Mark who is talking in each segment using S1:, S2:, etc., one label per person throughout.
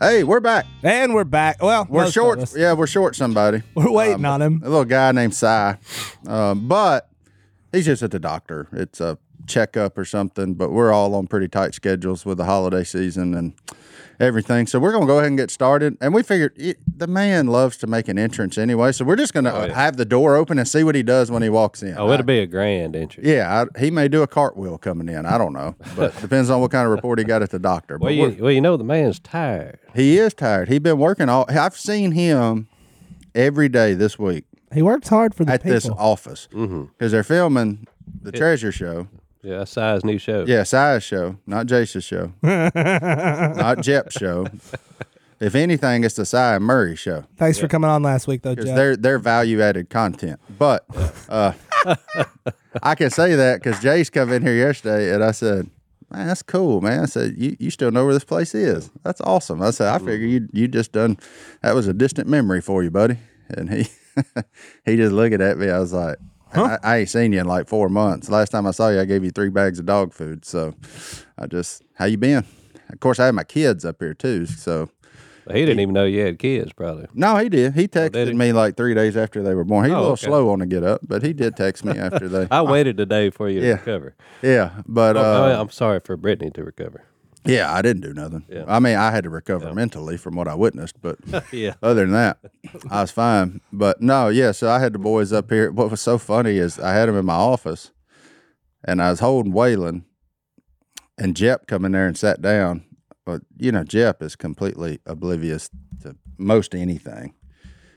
S1: Hey, we're back.
S2: And we're back. Well,
S1: We're
S2: most of
S1: short. Um,
S2: us.
S1: Yeah, we're short somebody.
S2: We're waiting on him.
S1: A little guy named Cy, um, but he's just at the doctor. It's a checkup or something. But we're all on pretty tight schedules with the holiday season and everything. So we're gonna go ahead and get started. And we figured it, the man loves to make an entrance anyway, so we're just gonna
S3: Oh, yeah.
S1: have the door open and see what he does when he walks in.
S3: Oh, it'll be a grand entry.
S1: Yeah, I, he may do a cartwheel coming in. I don't know, but depends on what kind of report he got at the doctor. But
S3: Well,
S1: we're-
S3: you, well, you know the man's tired.
S1: he is tired. He's been working all. I've seen him every day this week
S2: He works hard for the
S1: at
S2: people.
S1: this office because they're filming the Treasure Show.
S3: Yeah, that's Si's new show.
S1: Yeah, Sia's show, not Jace's show, not Jep's show. If anything, it's the Sia and Murray show
S2: Thanks for coming on last week, though,
S1: because
S2: Jeff.
S1: they're they're value added content. But uh, I can say that because Jace come in here yesterday and I said. Man, that's cool, man. I said, you, you still know where this place is. That's awesome. I said, I figure you you just done that was a distant memory for you, buddy. And he he just looking at me. I was like, I, I ain't seen you in like four months. Last time I saw you, I gave you three bags of dog food. So I just, how you been? Of course, I had my kids up here too. So
S3: He didn't even know you had kids, probably.
S1: no, he did. He texted
S3: Oh, he?
S1: me like three days after they were born. He's a
S3: Oh,
S1: little
S3: okay.
S1: slow on the get up, but he did text me after they.
S3: I waited a day for you to
S1: yeah.
S3: recover.
S1: yeah, but uh,
S3: Oh, I'm sorry for Brittany to recover.
S1: yeah, I didn't do nothing. I mean, I had to recover mentally from what I witnessed, but
S3: Yeah.
S1: other than that, I was fine. But no, yeah. So I had the boys up here. What was so funny is I had them in my office, and I was holding Waylon, and Jep come in there and sat down. But you know, Jep is completely oblivious to most anything.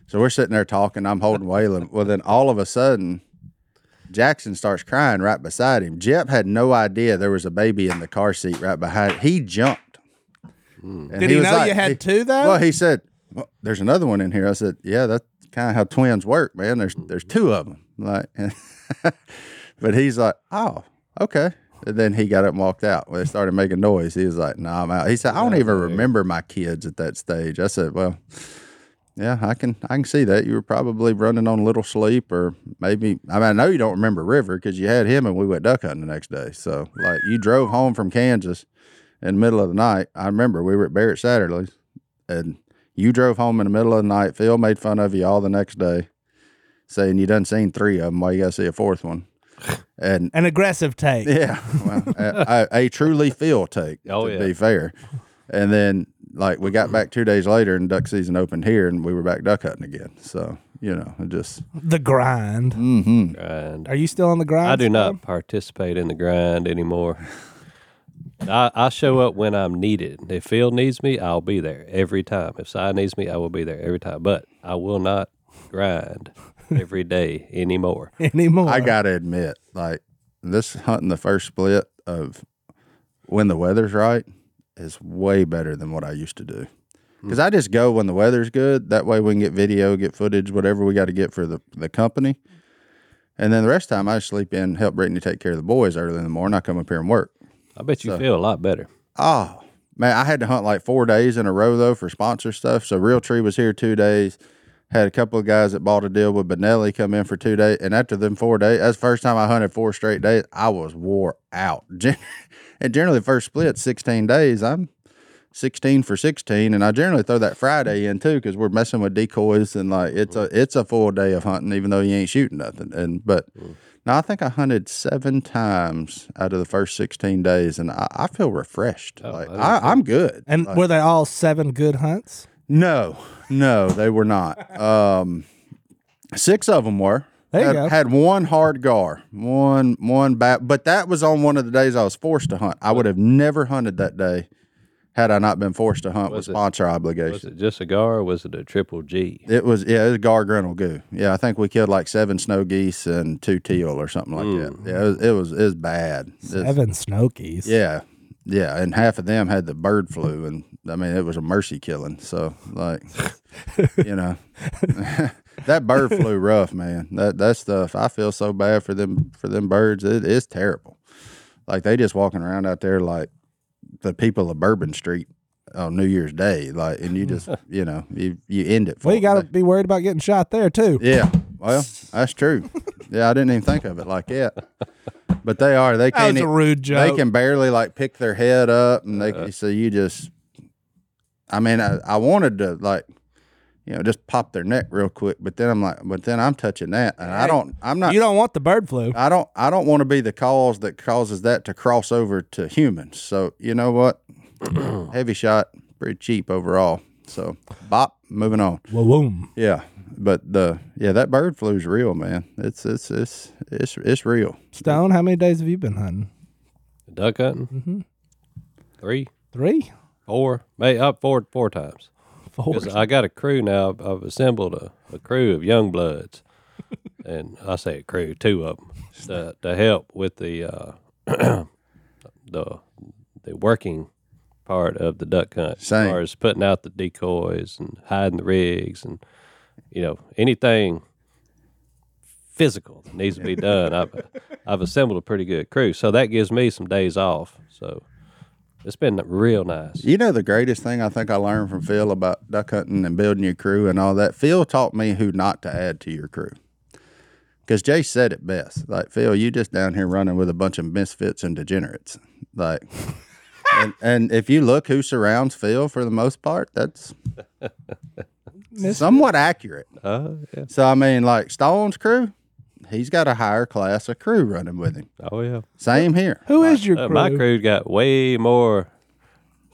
S1: So we're sitting there talking. I'm holding Waylon. Well, then all of a sudden, Jackson starts crying right beside him. Jep had no idea there was a baby in the car seat right behind. He jumped. And
S2: Did he,
S1: was
S2: know
S1: like-
S2: you had
S1: he-
S2: two, though?
S1: well, he said, well, "There's another one in here." I said, "Yeah, that's kind of how twins work, man. There's there's two of them." Like, but he's like, "Oh, okay." And then he got up and walked out. When they started making noise, he was like, "No, I'm out." He said, "I don't even remember my kids at that stage." I said, "Well." Yeah, I can I can see that you were probably running on little sleep, or maybe I mean I know you don't remember River because you had him and we went duck hunting the next day. So like you drove home from Kansas in the middle of the night. I remember we were at Barrett Satterley's, and you drove home in the middle of the night. Phil made fun of you all the next day, saying you done seen three of them. Why you got to see a fourth one? And
S2: An aggressive take.
S1: yeah, well, a, a, a truly Phil take.
S3: Oh,
S1: to
S3: yeah.
S1: be fair. And then like we got back two days later, and duck season opened here, and we were back duck hunting again. So you know, it just
S2: The grind.
S1: mm-hmm.
S3: Grind.
S2: Are you still on the grind?
S3: I do
S2: Slim?
S3: not participate in the grind anymore. I, I show up when I'm needed. If Phil needs me, I'll be there every time. If Si needs me, I will be there every time. But I will not grind every day anymore.
S2: anymore.
S1: I gotta admit, like this hunting the first split of when the weather's right is way better than what I used to do. Because I just go when the weather's good. That way we can get video, get footage, whatever we got to get for the, the company. And then the rest of the time I just sleep in, help Brittany take care of the boys early in the morning. I come up here and work.
S3: I bet you feel a lot better.
S1: Oh man, I had to hunt like four days in a row though for sponsor stuff. So Real Tree was here two days. Had a couple of guys that bought a deal with Benelli come in for two days, and after them four days, that's the first time I hunted four straight days. I was wore out. Gen- and generally, first split sixteen days. I'm sixteen for sixteen, and I generally throw that Friday in too because we're messing with decoys and like it's a it's a full day of hunting, even though you ain't shooting nothing. And but now I think I hunted seven times out of the first sixteen days, and I, I feel refreshed. like I, I'm good.
S2: and were they all seven good hunts?
S1: No, no, they were not. Um, six of them were.
S2: There you
S1: had,
S2: go.
S1: had one hard gar, one one bat, but that was on one of the days I was forced to hunt. I would have never hunted that day had I not been forced to hunt
S3: Was it-
S1: with sponsor
S3: Was
S1: obligations.
S3: it just a gar or was it a triple G?
S1: It was yeah, it was gargrenal goo. Yeah, I think we killed like seven snow geese and two teal or something like that. Yeah, it was it was, it was bad. It's-
S2: Seven snow geese.
S1: yeah, yeah, and half of them had the bird flu, and I mean it was a mercy killing. So like, you know, that bird flu rough man. That that stuff. I feel so bad for them for them birds. It is terrible. Like they just walking around out there like the people of Bourbon Street on New Year's Day. Like, and you just you know you you end it. For
S2: Hmm. Well, you
S1: them.
S2: got to be worried about getting shot there too.
S1: Yeah. Well, that's true. Yeah, I didn't even think of it like that. But they are. They
S2: That
S1: can't.
S2: was a
S1: e-
S2: rude
S1: they
S2: joke.
S1: can barely like pick their head up, and they can so you just. I mean, I, I wanted to like, you know, just pop their neck real quick, but then I'm like, but then I'm touching that, and I don't. I'm not. Uh,
S2: you don't want the bird flu.
S1: I don't. I don't want to be the cause that causes that to cross over to humans. So you know what? Heavy shot, pretty cheap overall. So, bop. Moving on.
S2: Boom.
S1: Yeah, but the yeah that bird flu's real, man. It's it's it's it's it's real.
S2: Stone, how many days have you been hunting?
S3: Duck hunting? Mm-hmm. Three,
S2: Three,
S3: four, maybe up four, four times.
S2: four.
S3: 'Cause I got a crew now. I've, I've assembled a, a crew of young bloods, and I say a crew, two of them, to, to help with the uh, the the working part of the duck hunt,
S1: Same.
S3: as far as putting out the decoys and hiding the rigs, and you know anything physical that needs to be done. I've I've assembled a pretty good crew, so that gives me some days off. So it's been real nice.
S1: You know the greatest thing I think I learned from Phil about duck hunting and building your crew and all that. Phil taught me who not to add to your crew. Because Jay said it best. Like Phil, you just down here running with a bunch of misfits and degenerates. Like, and, and if you look who surrounds Phil for the most part, that's somewhat accurate.
S3: Uh, yeah.
S1: So I mean, like Stone's crew, he's got a higher class of crew running with him.
S3: Oh yeah.
S1: Same here.
S2: Who is your
S3: Uh,
S2: crew?
S3: my crew got way more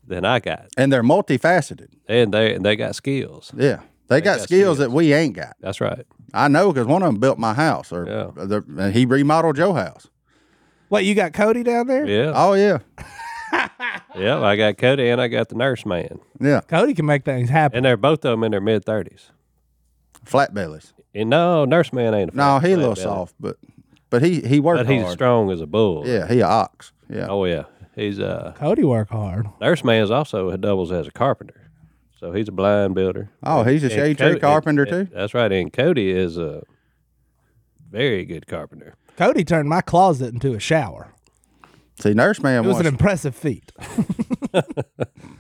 S3: than I got,
S1: and they're multifaceted.
S3: and they and they got skills.
S1: Yeah, they, got,
S3: got
S1: skills that we ain't got.
S3: That's right.
S1: I know because one of them built my house, or uh,
S3: Yeah.
S1: the- and he remodeled your house.
S2: What you got, Cody down there?
S3: Yeah,
S1: Oh yeah,
S3: yeah. I got Cody and I got the nurse man,
S1: yeah,
S2: Cody can make things happen.
S3: and they're both of them in their mid thirties.
S1: flat bellies.
S3: And no, nurse man ain't. A
S1: No, he a
S3: flat
S1: little
S3: belly,
S1: soft, but but he he worked
S3: but he's
S1: hard.
S3: strong as a bull.
S1: Yeah, he a ox. Yeah,
S3: Oh yeah, he's uh
S2: Cody work hard.
S3: nurse man is also doubles as a carpenter, so he's a blind builder.
S1: Oh, he's a
S3: And
S1: shade
S3: Cody-
S1: tree carpenter
S3: and- and-
S1: too.
S3: That's right. And Cody is a very good carpenter.
S2: Cody turned my closet into a shower.
S1: See, nurse man
S2: It was
S1: once,
S2: an impressive feat.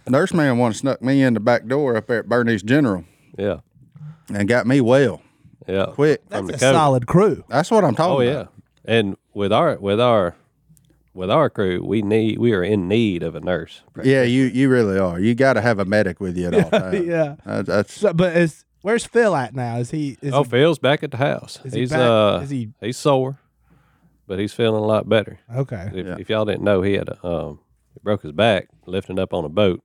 S1: nurse man once snuck me in the back door up there at Bernie's General
S3: Yeah,
S1: and got me well
S3: yeah.
S1: quick.
S2: That's a
S3: Cody.
S2: solid crew.
S1: That's what I'm talking
S3: Oh
S1: about.
S3: yeah, and with our with our with our crew, we need we are in need of a nurse.
S1: Yeah, you you really are. You got to have a medic with you at all times.
S2: Yeah.
S1: That- that's
S2: So, but is where's Phil at now? Is he? Is
S3: oh,
S2: he,
S3: Phil's back at the house.
S2: Is he
S3: he's
S2: back?
S3: uh
S2: Is he-
S3: he's sore, but he's feeling a lot better.
S2: okay.
S3: If, if y'all didn't know, he had a, um he broke his back lifting up on a boat,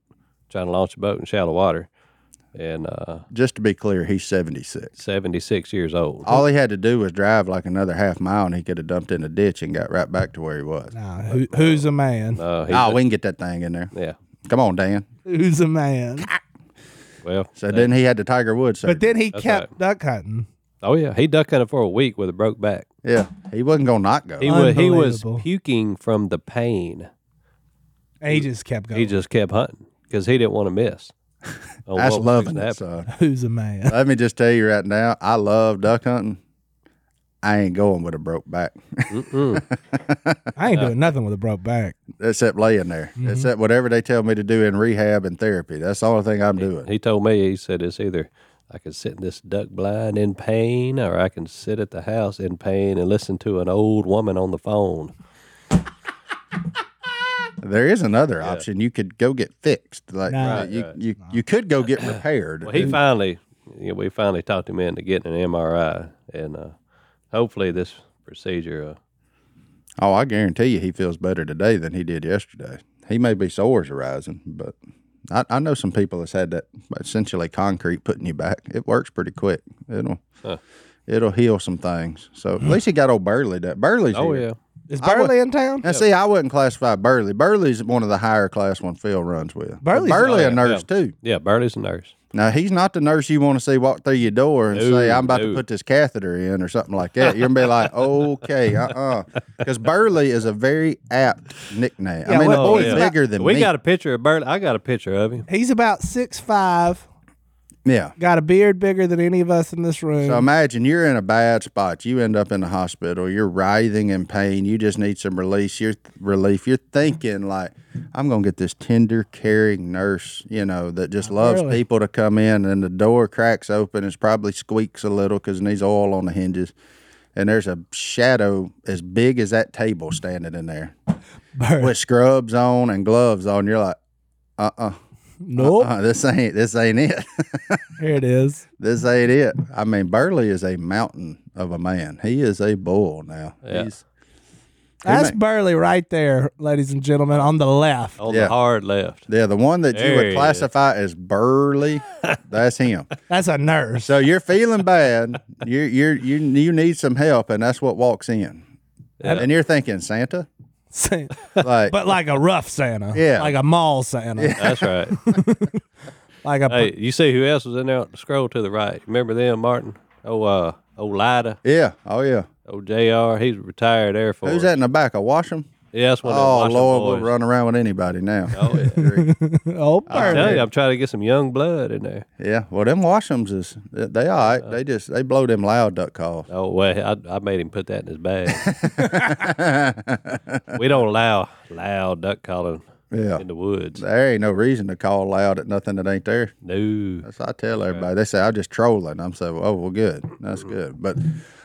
S3: trying to launch a boat in shallow water, and uh,
S1: just to be clear. He's seventy six.
S3: seventy six years old.
S2: Oh,
S1: All he had to do was drive like another half mile, and he could have dumped in a ditch and got right back to where he was.
S2: Nah, who, who's a man?
S3: Uh, he's
S1: Oh,
S3: a-
S1: we can get that thing in there.
S3: yeah.
S1: Come on, Dan.
S2: Who's a man?
S3: Well,
S1: So then he had the Tiger Woods.
S2: But
S1: surgery.
S2: then he kept duck hunting.
S3: oh yeah, he duck hunted for a week with a broke back.
S1: yeah, he wasn't gonna not go.
S3: He was he was
S2: Unbelievable.
S3: puking from the pain.
S2: And he just kept going.
S3: He just kept hunting because he didn't want to miss. on
S1: That's
S3: what was
S1: loving
S3: gonna
S1: it.
S3: happen.
S1: son.
S2: Who's a man?
S1: Let me just tell you right now, I love duck hunting. I ain't going with a broke back,
S3: Mm-hmm.
S2: I ain't doing nothing with a broke back.
S1: except laying there.
S2: Mm-hmm.
S1: Except whatever they tell me to do in rehab and therapy. That's the only thing I'm doing.
S3: He told me he said it's either I can sit in this duck blind in pain, or I can sit at the house in pain and listen to an old woman on the phone.
S1: There is another option. You could go get fixed. Like
S2: No.
S1: you, you, you could go get repaired.
S3: Well, he finally, you know, we finally talked him into getting an MRI, and uh, hopefully this procedure. Uh,
S1: Oh, I guarantee you, he feels better today than he did yesterday. He may be sores arising, but I, I know some people that's had that essentially concrete putting you back. It works pretty quick. It'll it'll heal some things. So at least he got old Burley. That Burley's
S3: oh
S1: here.
S3: yeah,
S4: Is
S1: I would-
S4: Burley in town?
S1: And see, I wouldn't classify Burley. Burley's one of the higher class one Phil runs with. But
S4: Burley's-
S1: Burley
S3: oh,
S1: a
S3: yeah,
S1: nurse
S3: yeah.
S1: too.
S3: Yeah, Burley's a nurse.
S1: Now he's not the nurse you want to see walk through your door and say,
S3: No,
S1: "I'm about to
S3: no.
S1: put this catheter in" or something like that. You're gonna be like, "Okay, uh-uh," because Burley is a very apt nickname. I
S4: Yeah,
S1: mean,
S4: well,
S1: the boy's
S3: yeah.
S1: bigger than
S3: we
S1: me.
S3: got a picture of Burley. I got a picture of him.
S4: He's about six five.
S1: yeah.
S4: Got a beard bigger than any of us in this room.
S1: So imagine you're in a bad spot. You end up in the hospital. You're writhing in pain. You just need some release. You're relief. You're thinking like, I'm gonna get this tender, caring nurse, you know, that just loves
S4: really.
S1: people to come in. And the door cracks open. It's probably squeaks a little because it needs oil on the hinges. And there's a shadow as big as that table standing in there
S4: Burley.
S1: with scrubs on and gloves on. You're like, uh, uh
S4: nope.
S3: uh-uh.
S1: uh, this ain't this ain't it.
S4: Here it is.
S1: This ain't it. I mean, Burley is a mountain of a man. He is a bull now.
S3: Yeah.
S1: He's,
S4: That's Burley right there, ladies and gentlemen, on the left.
S3: On
S1: Yeah.
S3: the hard left.
S1: yeah, the one that you
S3: There he
S1: would
S3: is.
S1: classify as burly, that's him.
S4: That's a nurse.
S1: So you're feeling bad. You you you you need some help, and that's what walks in. And you're thinking Santa, like
S4: but like a rough Santa.
S1: Yeah.
S4: Like a mall Santa.
S3: That's right.
S4: Like a
S3: hey, you see who else was in there? Scroll to the right. Remember them, Martin? Oh, uh, old Lida,
S1: yeah, oh yeah.
S3: old Jr. He's retired Air Force.
S1: Who's that in the back? A Washam?
S3: Yeah, that's one. of them
S1: Oh
S3: Washington
S1: Lord,
S3: boys.
S1: we'll run around with anybody now.
S3: Oh, yeah.
S4: oh
S5: Uh-huh.
S3: I'm telling
S4: Burley.
S3: you, I'm trying to get some young blood in there.
S1: Yeah, well, them Washams is they, they all right. they just they blow them loud duck calls.
S3: Oh well, I, I made him put that in his bag. we don't allow loud duck calling
S1: Yeah,
S3: in the woods.
S1: there ain't no reason to call loud at nothing that ain't there.
S3: No.
S1: So I tell everybody, they say I'm just trolling. I'm saying, oh, well, good, that's good. But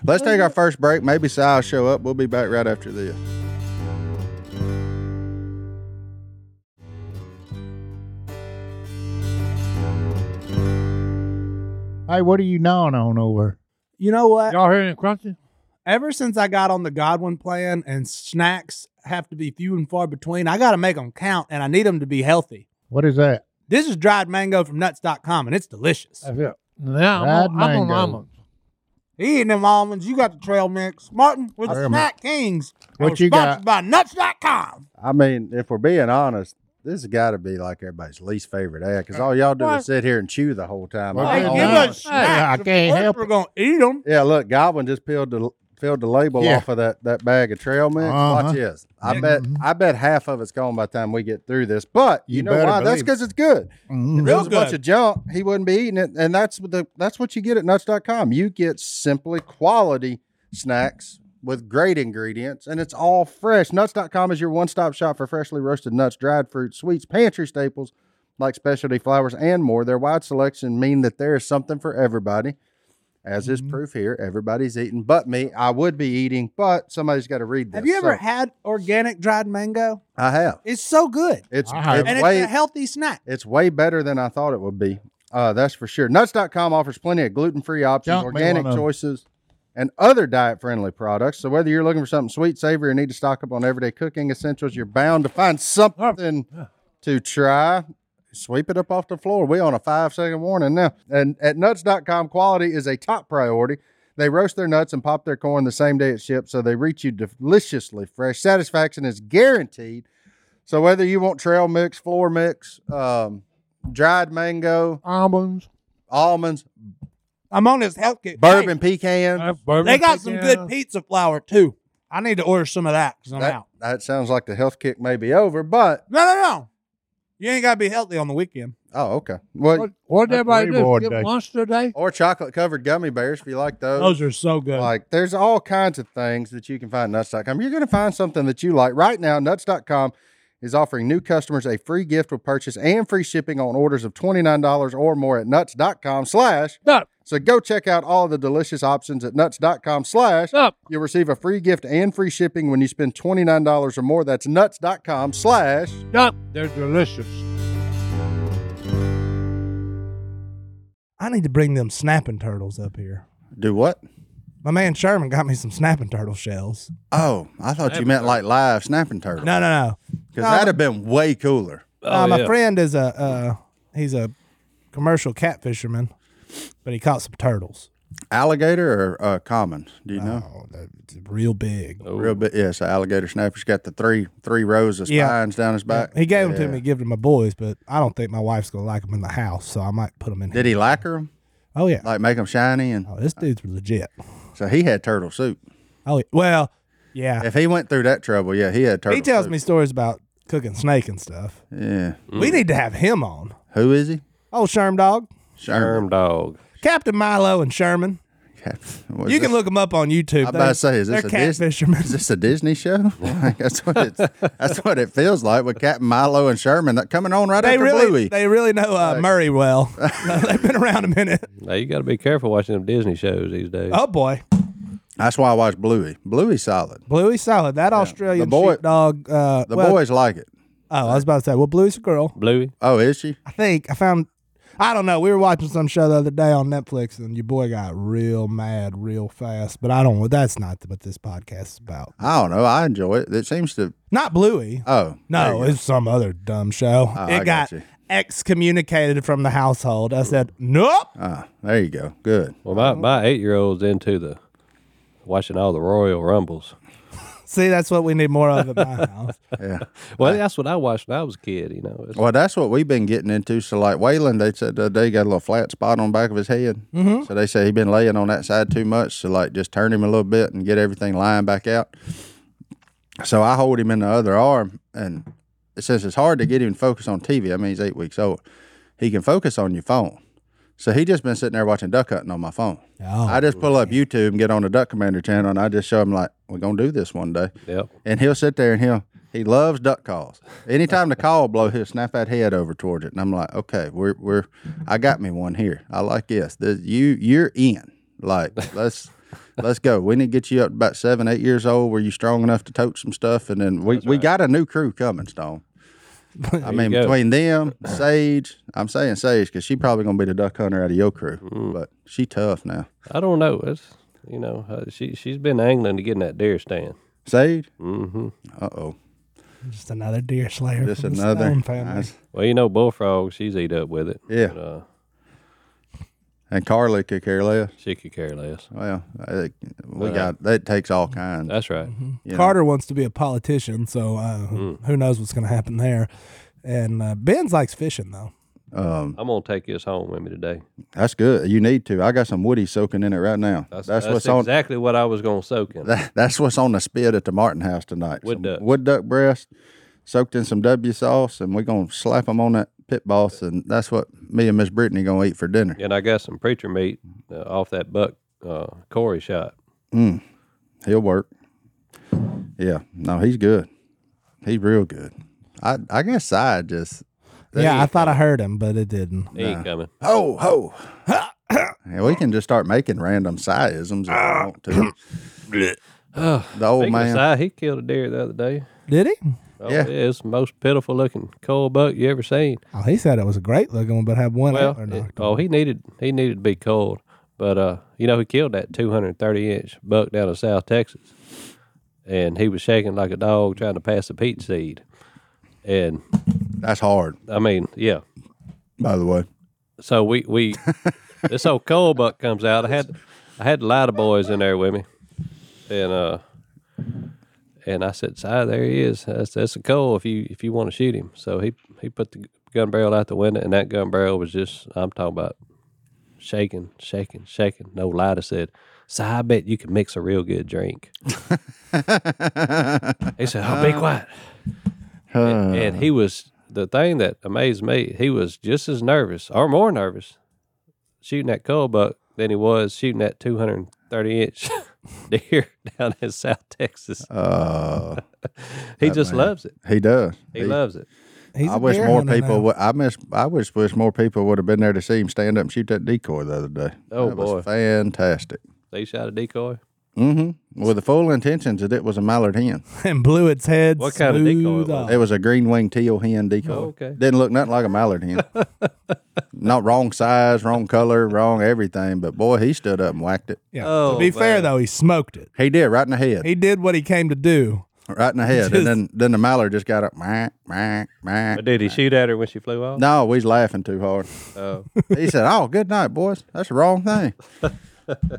S1: let's take our first break. Maybe Si'll show up. We'll be back right after this.
S5: Hey, what are you gnawing on over?
S4: You know what?
S6: Y'all hearing it crunching?
S4: Ever since I got on the Godwin plan and snacks have to be few and far between, I got to make them count and I need them to be healthy.
S5: What is that?
S4: This is dried mango from nuts.com and it's delicious.
S5: That's it.
S6: Now
S5: Fried
S6: I'm on, I'm on
S5: mango.
S6: almonds.
S4: Eating them almonds, you got the trail mix. Martin with
S1: Wait
S4: the
S1: a
S4: Snack Kings.
S5: What
S4: We're
S5: you
S4: sponsored by nuts.com.
S1: I mean, if we're being honest, this has got to be like everybody's least favorite ad because all y'all do is sit here and chew the whole time.
S5: Well,
S1: I
S4: Hey,
S5: they
S1: don't
S4: give
S5: know.
S1: know.
S4: us
S5: Hey,
S4: snacks.
S5: I
S4: Of
S5: can't
S4: course
S5: help
S4: We're going to eat them.
S1: yeah, look, Goblin just peeled the peeled the label
S5: Yeah.
S1: off of that that bag of trail mix.
S5: Uh-huh. Mm-hmm.
S1: Watch this. I bet I bet half of it's gone by the time we get through this. But you,
S5: You
S1: know
S5: better
S1: why? That's
S5: believe it.
S1: because it's good. If
S5: Mm.
S1: it was a
S4: Real
S1: bunch
S4: good.
S1: of junk, he wouldn't be eating it. And that's the that's what you get at nuts.com. You get simply quality snacks with great ingredients and it's all fresh. Nuts.com is your one-stop shop for freshly roasted nuts, dried fruit, sweets, pantry staples like specialty flowers and more. Their wide selection mean that there is something for everybody. As is proof here, everybody's eating but me. I would be eating, but somebody's got to read this.
S4: Have you ever
S1: So,
S4: had organic dried mango?
S1: I have.
S4: It's so good.
S1: It's,
S5: I have.
S1: it's
S4: And
S1: way
S4: it's a healthy snack.
S1: it's way better than I thought it would be. Uh, that's for sure. Nuts.com offers plenty of gluten free options,
S5: Junk me
S1: organic
S5: one of 'em.
S1: choices, and other diet friendly products. So, whether you're looking for something sweet, savory, or need to stock up on everyday cooking essentials, you're bound to find something to try. Sweep it up off the floor. we on a five second warning now. And at nuts.com, quality is a top priority. They roast their nuts and pop their corn the same day it ships, so they reach you deliciously fresh. Satisfaction is guaranteed. So whether you want trail mix, floor mix, um, dried mango,
S6: Almonds.
S1: almonds,
S4: I'm on this health kick.
S1: bourbon pecan,
S6: uh, bourbon
S4: They got some
S6: pecan.
S4: good pizza flour too. I need to order some of that because I'm
S1: that,
S4: out.
S1: that sounds like the health kick may be over, but
S4: No, no, no. You ain't got to be healthy on the weekend.
S1: oh, okay. Well,
S6: What, what
S5: That's
S6: everybody do?
S5: reward
S6: Get
S5: day.
S6: lunch today?
S1: or chocolate covered gummy bears if you like those.
S4: Those are so good.
S1: Like there's all kinds of things that you can find at nuts.com. You're going to find something that you like right now. Nuts.com is offering new customers a free gift with purchase and free shipping on orders of $29 or more at nuts.com slash.
S6: Nut.
S1: So go check out all the delicious options at nuts.com slash.
S6: Up.
S1: You'll receive a free gift and free shipping when you spend $29 or more. That's nuts.com slash.
S6: Up. They're delicious.
S4: I need to bring them snapping turtles up here.
S1: Do what?
S4: My man Sherman got me some snapping turtle shells.
S1: Oh, I thought you meant like live snapping turtle.
S4: No, no, no.
S1: Because that'd have been way cooler.
S3: Oh,
S4: uh, my
S3: yeah.
S4: friend is a uh, he's a commercial catfisherman, but he caught some turtles.
S1: Alligator or uh, common? Do you know?
S4: Oh, that's real big.
S3: Oh,
S1: Real bit, yes. alligator snapper's got the three three rows of
S4: Yeah.
S1: spines down his back.
S4: He gave them
S1: Yeah.
S4: to me, give them to my boys, but I don't think my wife's gonna like them in the house, so I might put them in.
S1: Did he lacquer them?
S4: Oh yeah.
S1: Like make them shiny? And
S4: Oh, this dude's legit.
S1: so he had turtle soup.
S4: Oh yeah. well, yeah.
S1: If he went through that trouble, yeah, he had turtle.
S4: He tells
S1: soup.
S4: me stories about cooking snake and stuff.
S1: yeah.
S3: Mm.
S4: We need to have him on.
S1: Who is he?
S4: Oh, Sherm Dog,
S1: Sherman.
S3: Sherm dog.
S4: Captain Milo and Sherman.
S1: What is
S4: you can
S1: this?
S4: look them up on YouTube.
S1: I'm about
S4: They're-
S1: to say, is this
S4: they're
S1: a
S4: cat
S1: Disney-
S4: fishermen.
S1: Is this a Disney show? Like, that's what it's, that's what it feels like with Captain Milo and Sherman that coming on right
S4: They
S1: after
S4: really,
S1: Bluey.
S4: they really know uh, Murray well. They've been around a minute.
S3: Now you got to be careful watching them Disney shows these days.
S4: Oh boy,
S1: that's why I watch Bluey. Bluey's solid.
S4: Bluey's solid. That Australian
S1: The boy-
S4: sheepdog. Uh,
S1: The
S4: well,
S1: boys like it.
S4: Oh, I was about to say. Well, Bluey's a girl.
S3: Bluey.
S1: Oh, is she?
S4: I think I found. I don't know. We were watching some show the other day on Netflix, and your boy got real mad real fast. But I don't. That's not what this podcast is about.
S1: I don't know. I enjoy it. It seems to.
S4: Not Bluey.
S1: Oh there you
S4: No,
S1: go.
S4: it's some other dumb show.
S1: Oh, I
S4: it
S1: got
S4: got,
S1: you.
S4: excommunicated from the household. I said, nope.
S1: Ah, there you go. Good.
S3: Well, my, my eight year old's into the watching all the Royal Rumbles.
S4: See, that's what we need more of at my house.
S1: Yeah.
S3: Well, that's what I watched when I was a kid. You know, It's-
S1: Well, that's what we've been getting into. So, like Waylon, they said the other day he got a little flat spot on the back of his head. Mm-hmm. So they say he been laying on that side too much. So like just turn him a little bit and get everything lying back out. So I hold him in the other arm, and since it's hard to get him to focus on TV, I mean he's eight weeks old, he can focus on your phone. So he just been sitting there watching duck hunting on my phone. I just pull up YouTube and get on the Duck Commander channel, and I just show him like we're gonna do this one day
S3: yep.
S1: and he'll sit there and he'll he loves duck calls. Anytime the call blow, he'll snap that head over towards it, and I'm like, okay, we're we're I got me one here. I like this. this you you're in. Like let's let's go. We need to get you up to about seven eight years old where you're strong enough to tote some stuff, and then we we got a new crew coming, Stone. I mean,
S3: go.
S1: between them, Sage, I'm saying Sage because she probably gonna be the duck hunter out of your crew, but she tough now.
S3: I don't know. It's you know uh, she she's been angling to get in that deer stand.
S1: Sage,
S3: hmm
S1: uh oh,
S4: Just another deer slayer.
S1: just
S4: from the
S1: another.
S4: Stone family.
S1: Nice.
S3: Well, you know, bullfrog. She's eat up with it.
S1: Yeah.
S3: But, uh,
S1: And Carly could care less.
S3: she could care less.
S1: Well, I think we
S3: But, uh,
S1: got that takes all kinds.
S3: That's right.
S1: you know.
S4: Carter wants to be a politician, so uh,
S3: Hmm.
S4: who knows what's going to happen there. And uh, Ben's likes fishing, though.
S1: Um,
S3: I'm gonna take this home with me today.
S1: that's good. You need to. I got some woody soaking in it right now. That's, what's on.
S3: exactly what I was gonna soak in.
S1: That, that's what's on the spit at the Martin House tonight.
S3: Wood
S1: Some
S3: duck.
S1: wood duck breast, soaked in some W sauce, and we're gonna slap them on that pit boss, and that's what me and Miss Brittany gonna eat for dinner.
S3: and I got some preacher meat uh, off that buck uh, Corey shot.
S1: He'll work. Yeah, no, he's good. He's real good. I I guess side just
S4: yeah, I thought I heard him, but it didn't.
S3: He ain't coming.
S1: Ho ho. yeah, we can just start making random siisms if
S4: Ah.
S1: we want to. the old
S3: Speaking of
S1: Oh, man.
S3: size, he killed a deer the other day.
S4: Did he?
S3: Oh,
S1: Yeah.
S3: it's the most pitiful looking cold buck you ever seen.
S4: Oh, he said it was a great looking one, but had one
S3: Well,
S4: antler
S3: it-
S4: knocked.
S3: oh, he needed he needed to be cold, but uh, you know, he killed that 230 inch buck down in South Texas, and he was shaking like a dog trying to pass a peach seed. And
S1: That's hard,
S3: I mean, yeah.
S1: by the way.
S3: So we we this old cold buck comes out. I had I had a lot of boys in there with me, and uh, and I said, "Si, there he is. That's that's a coal. If you if you want to shoot him." So he he put the gun barrel out the window, and that gun barrel was just I'm talking about shaking, shaking, shaking. No lie, I said. So I bet you can mix a real good drink. he said, "Oh, be quiet." and, and he was the thing that amazed me. He was just as nervous or more nervous shooting that coal buck than he was shooting that 230 inch deer down in South Texas.
S1: Uh,
S4: Oh,
S3: he just loves it.
S1: he does.
S3: He loves it.
S4: He's
S1: I
S4: a
S1: wish
S4: deer
S1: more
S4: hunter
S1: people
S4: now.
S1: would. I miss. I wish wish more people would have been there to see him stand up and shoot that decoy the other day.
S3: Oh,
S1: that
S3: boy.
S1: was fantastic.
S3: They shot a decoy.
S1: Mm-hmm. With the full intentions that it was a mallard hen.
S4: and blew its head.
S3: What kind of decoy
S4: smooth
S3: was
S4: off.
S1: It was a green winged teal hen decoy.
S3: Oh, okay.
S1: Didn't look nothing like a mallard hen. Not wrong size, wrong color, wrong everything. But boy, he stood up and whacked it.
S4: Yeah.
S3: Oh,
S4: to be fair
S3: man.
S4: though, he smoked it.
S1: He did right in the head.
S4: He did what he came to do.
S1: right in the head.
S4: Just-
S1: and then then the mallard just got up. "Meh, meh, meh."
S3: But did he shoot at her when she flew off?
S1: No, we was laughing too hard.
S3: Oh.
S1: He said, "Oh, good night, boys. That's the wrong thing."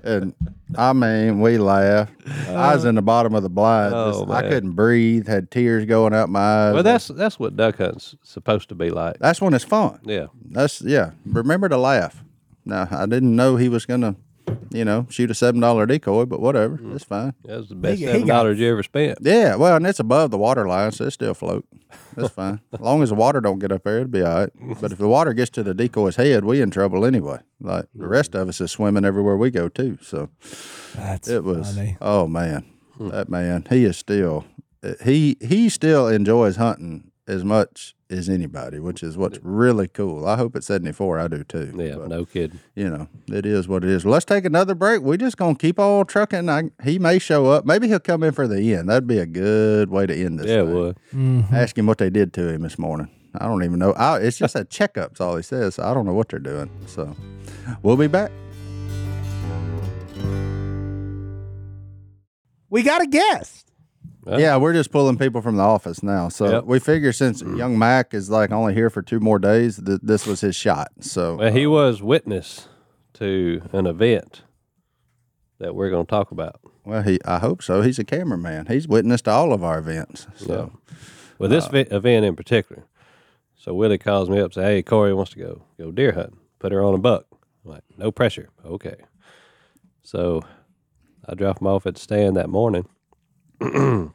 S1: and I mean, we laughed. I was in the bottom of the blind.
S3: Uh, Oh,
S1: Just- I
S3: man.
S1: couldn't breathe. Had tears going out my eyes.
S3: Well, that's that's what duck hunt's supposed to be like.
S1: that's when it's fun.
S3: Yeah,
S1: That's yeah. Remember to laugh. Now I didn't know he was gonna, you know, shoot a seven dollar decoy, but whatever, it's fine.
S3: that's the best
S4: He- he
S3: seven
S4: got-
S3: dollars you ever spent.
S1: Yeah, well, and it's above the water line, so it still float. That's fine. As long as the water don't get up there, it'd be all right. But if the water gets to the decoy's head, we in trouble anyway. Like the rest of us is swimming everywhere we go too. So
S4: That's
S1: it was.
S4: funny.
S1: Oh man, that man, he is still he he still enjoys hunting as much as anybody, which is what's really cool. I hope at seventy four I do too.
S3: Yeah,
S1: But,
S3: no kidding.
S1: you know, it is what it is. Let's take another break. We're just gonna keep on trucking. I, he may show up. Maybe he'll come in for the end. That'd be a good way to end this.
S3: Yeah, it
S1: thing.
S3: would.
S1: Ask him what they did to him this morning. I don't even know. I, it's just a checkup's all he says. I don't know what they're doing. So we'll be back.
S4: We got a guest.
S3: Uh,
S1: Yeah, we're just pulling people from the office now. So
S3: Yep.
S1: we figure since young Mac is like only here for two more days, that this was his shot. So
S3: Well,
S4: uh,
S3: he was witness to an event that we're going to talk about.
S1: well, he I hope so. He's a cameraman. He's witnessed all of our events. So uh,
S3: Well, this ve- event in particular. So Willie calls me up, say, "Hey, Corey wants to go go deer hunting. Put her on a buck." I'm like, no pressure. Okay. So I dropped him off at the stand that morning, and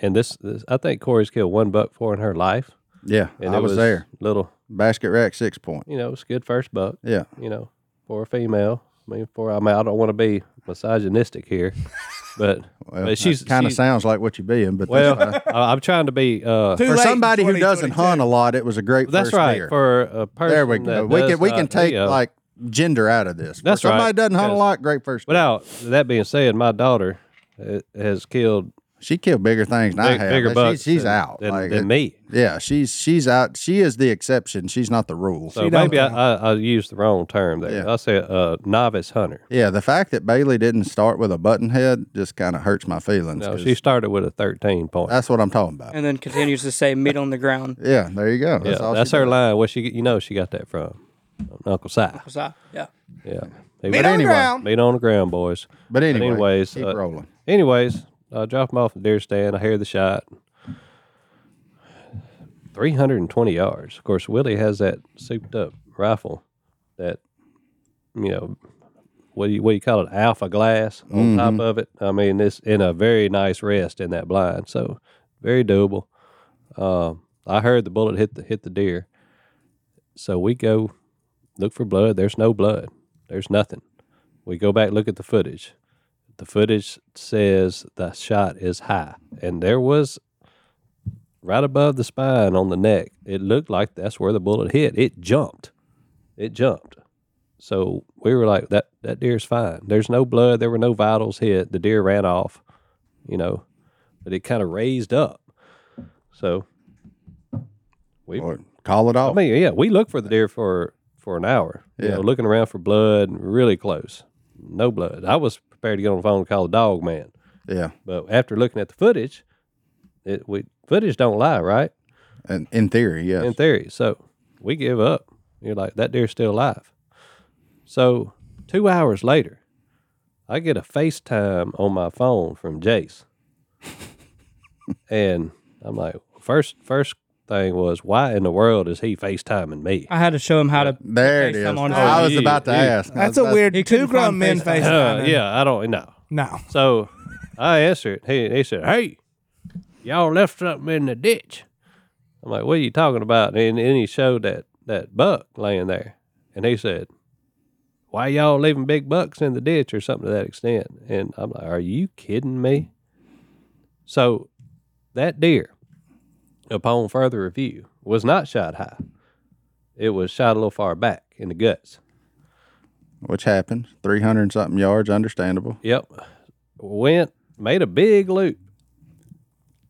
S3: this, this I think Corey's killed one buck for in her life.
S1: yeah,
S3: And
S1: I
S3: it
S1: was, there.
S3: Little,
S1: Basket rack six point.
S3: you know, it's a good first buck.
S1: Yeah.
S3: You know, for a female. I mean, for I mean, I don't want to be misogynistic here, but,
S1: Well,
S3: but she's
S1: kind of
S3: she's-
S1: sounds like what you're being, but that's
S3: Well,
S1: fine.
S3: I- I'm trying to be uh,
S4: Too
S1: for
S4: late in
S1: somebody who doesn't
S4: 2022.
S1: hunt a lot, it was a great.
S3: That's
S1: first
S3: right.
S1: beer.
S3: For a person,
S1: there we go.
S3: that
S1: We can
S3: does
S1: we can
S3: not
S1: take
S3: hunt.
S1: like gender out of this.
S3: That's
S1: for somebody
S3: right,
S1: doesn't hunt a
S3: because-
S1: lot. Great first. beer.
S3: Without that being said, my daughter uh, has killed
S1: She killed bigger things than I
S3: big,
S1: have.
S3: bigger
S1: She-
S3: bucks.
S1: she's
S3: than,
S1: out.
S3: than,
S1: Like,
S3: than
S1: it-
S3: me.
S1: Yeah, she's she's out. She is the exception. She's not the rule.
S3: So
S4: She don't
S3: maybe I, I, I used the wrong term there.
S1: Yeah.
S3: I said uh, novice hunter.
S1: yeah, the fact that Bailey didn't start with a button head just kind of hurts my feelings.
S3: No,
S1: 'cause
S3: she started with a thirteen point.
S1: that's what I'm talking about.
S6: and then continues to say meat on the ground.
S1: Yeah, there you go.
S3: yeah,
S1: That's all
S3: that's
S1: she
S3: her
S1: does.
S3: line. Where she you know she got that from Uncle Si.
S6: Was I? Yeah.
S3: Yeah,
S1: But anyway,
S3: meet on the ground, boys.
S1: but anyway,
S3: anyways,
S1: keep
S3: uh,
S1: rolling.
S3: Anyways, I drop him off at the deer stand. I hear the shot. 320 yards. Of course, Willie has that souped up rifle that, you know, what do you, what do you call it? Alpha glass on top of it. I mean, it's in a very nice rest in that blind. So, very doable. Um, I heard the bullet hit the, hit the deer. So, we go look for blood. There's no blood, there's nothing. We go back, look at the footage the footage says the shot is high and there was right above the spine on the neck it looked like that's where the bullet hit it jumped it jumped so we were like that that deer's fine there's no blood there were no vitals hit the deer ran off you know but it kind of raised up so we
S1: Or call it
S3: I
S1: off.
S3: mean, yeah, we looked for the deer for for an hour. You
S1: Oh. Yeah.
S3: know, looking around for blood, really close. No blood. I was prepared to get on the phone and call the dog man,
S1: yeah,
S3: but after looking at the footage, it we footage don't lie, right?
S1: and in theory, yes.
S3: In theory, so we give up. You're like that deer's still alive. So two hours later, I get a FaceTime on my phone from Jace, and I'm like, first first thing was why in the world is he FaceTiming me?
S6: I had to show him how to.
S1: there it
S6: Okay,
S1: is.
S6: someone-
S1: I was
S3: Oh,
S1: about to
S3: you- you-
S1: ask.
S4: That's a weird
S6: He
S4: two
S6: couldn't
S4: grown
S6: find
S4: men
S6: FaceTime.
S4: face.
S3: Uh, yeah, I don't know.
S4: No.
S3: So I answered. He he said, "Hey, y'all left something in the ditch." I'm like, "What are you talking about?" And then he showed that that buck laying there, and he said, "Why y'all leaving big bucks in the ditch or something to that extent?" And I'm like, "Are you kidding me?" So that deer, upon further review, was not shot high. It was shot a little far back in the guts.
S1: which happened. Three hundred and something yards, understandable.
S3: Yep. Went made a big loop.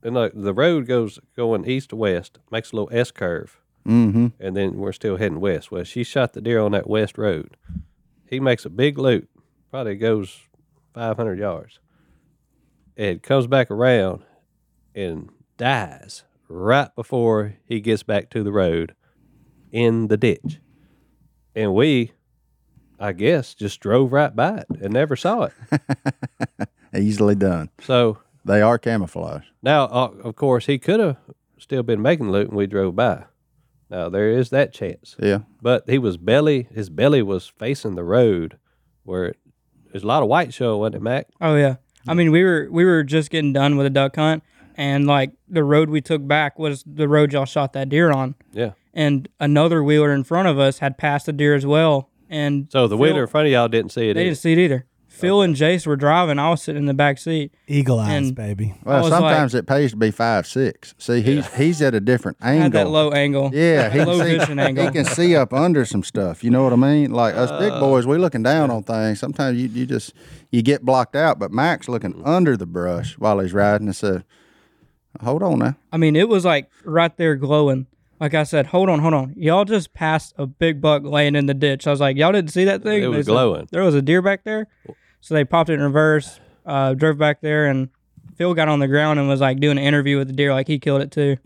S3: And like the road goes going east to west, makes a little S curve,
S1: Mm-hmm.
S3: and then we're still heading west. Well, she shot the deer on that west road. He makes a big loop, probably goes 500 yards, and comes back around and dies right before he gets back to the road in the ditch. And we I guess, just drove right by it and never saw it.
S1: Easily done.
S3: So
S1: They are camouflage.
S3: now, uh, of course, he could have still been making the loop and we drove by. Now, there is that chance.
S1: Yeah.
S3: But he was belly, his belly was facing the road where there's a lot of white show, wasn't it, Mac?
S6: Oh yeah. I mean, we were we were just getting done with a duck hunt, and like the road we took back was the road y'all shot that deer on,
S3: Yeah.
S6: and another wheeler in front of us had passed the deer as well, and
S3: So the
S6: Phil-
S3: wheeler in front of y'all didn't see it.
S6: they
S3: either.
S6: didn't see it either. Phil and Jace were driving. I was sitting in the back seat.
S4: Eagle eyes,
S6: And-
S4: baby.
S6: I
S1: Well,
S6: was
S1: sometimes it pays to be five six. See, he's he's at a different
S6: I
S1: angle.
S6: had that low angle.
S1: yeah, he
S6: low
S1: can, see,
S6: vision angle. Uh,
S1: he can see up under some stuff. You know what I mean? Like us big boys, we looking down on things. Sometimes you, you just you get blocked out. But Mac's looking under the brush while he's riding and said, "Hold on now."
S6: I mean, it was like right there glowing. Like I said, hold on, hold on. Y'all just passed a big buck laying in the ditch. I was like, y'all didn't see that thing?
S3: It was
S6: They said,
S3: glowing.
S6: There was a deer back there. So they popped it in reverse, uh, drove back there, and Phil got on the ground and was like doing an interview with the deer, like he killed it too.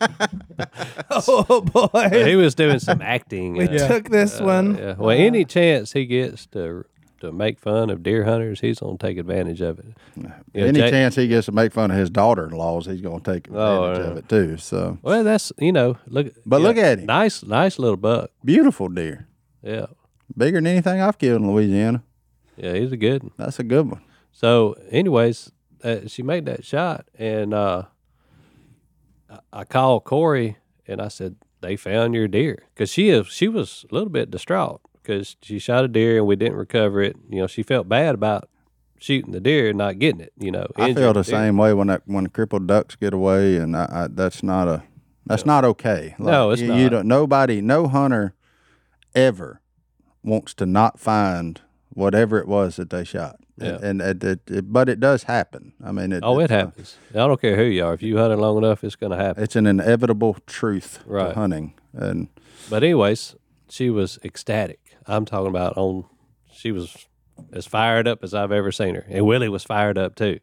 S4: Oh boy,
S3: But he was doing some acting.
S4: we
S3: uh,
S4: took this one.
S3: Yeah. Well, any chance he gets to to make fun of deer hunters, he's gonna take advantage of it. Yeah,
S1: Any
S3: Jay-
S1: chance he gets to make fun of his daughter-in-laws, he's going to take
S3: Oh,
S1: advantage
S3: yeah.
S1: of it too. So
S3: Well, that's you know, look.
S1: But
S3: yeah,
S1: look at him.
S3: Nice, nice little buck.
S1: beautiful deer,
S3: Yeah,
S1: bigger than anything I've killed in Louisiana.
S3: yeah, he's a good. One.
S1: That's a good one.
S3: So, anyways, uh, she made that shot, and uh, I, I called Corey and I said they found your deer because she is she was a little bit distraught because she shot a deer and we didn't recover it. You know, she felt bad about shooting the deer and not getting it. You know,
S1: I
S3: injuring
S1: feel the
S3: deer.
S1: same way when that, when crippled ducks get away, and I, I, that's not a that's not okay.
S3: No, it's
S1: you, you
S3: not.
S1: don't. Nobody, no hunter, ever wants to not find whatever it was that they shot.
S3: Yeah.
S1: And, and it, it, but it does happen. I mean, it,
S3: Oh, it
S1: it's a-
S3: happens. I don't care who you are. If you hunted long enough, it's going to happen.
S1: It's an inevitable truth to
S3: Right.
S1: hunting, and
S3: But anyways, she was ecstatic. I'm talking about on. She was as fired up as I've ever seen her, and Willie was fired up too.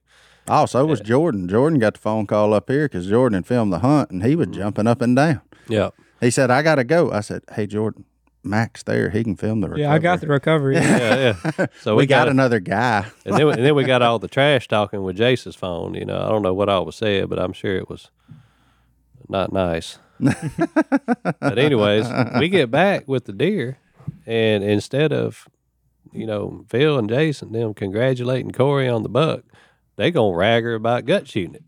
S1: oh, so was Jordan. Jordan got the phone call up here because Jordan had filmed the hunt, and he was jumping up and down.
S3: Yeah.
S1: He said, "I gotta go." I said, "Hey, Jordan." Max, there he can film the. Recovery.
S6: Yeah, I got the recovery.
S3: Yeah, yeah. So
S1: We, got,
S3: a-
S1: another guy.
S3: and then and then we got all the trash talking with Jace's phone. You know, I don't know what all was said, but I'm sure it was not nice. but anyways, we get back with the deer, and instead of you know Phil and Jason them congratulating Corey on the buck, they gonna rag her about gut shooting it.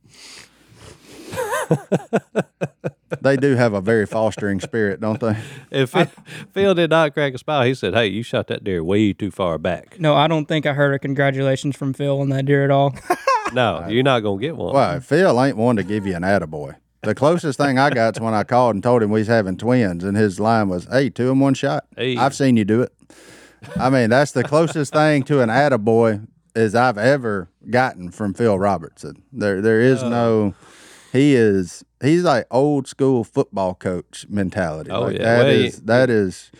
S1: they do have a very fostering spirit, don't they?
S3: If Phil, Phil did not crack a smile, he said, "Hey, you shot that deer way too far back.
S6: No, I don't think I heard a congratulations from Phil on that deer at all.
S3: No, you're not gonna get one."
S1: Well, Phil ain't one to give you an attaboy. The closest thing I got is when I called and told him we was having twins, and his line was, "Hey, two in one shot."
S3: Hey.
S1: I've seen you do it. I mean, that's the closest thing to an attaboy as I've ever gotten from Phil Robertson. There, there
S3: Uh.
S1: is no. He is. He's like old school football coach mentality.
S3: Oh,
S1: like
S3: yeah.
S1: that
S3: Well,
S1: is-
S3: he-
S1: that is.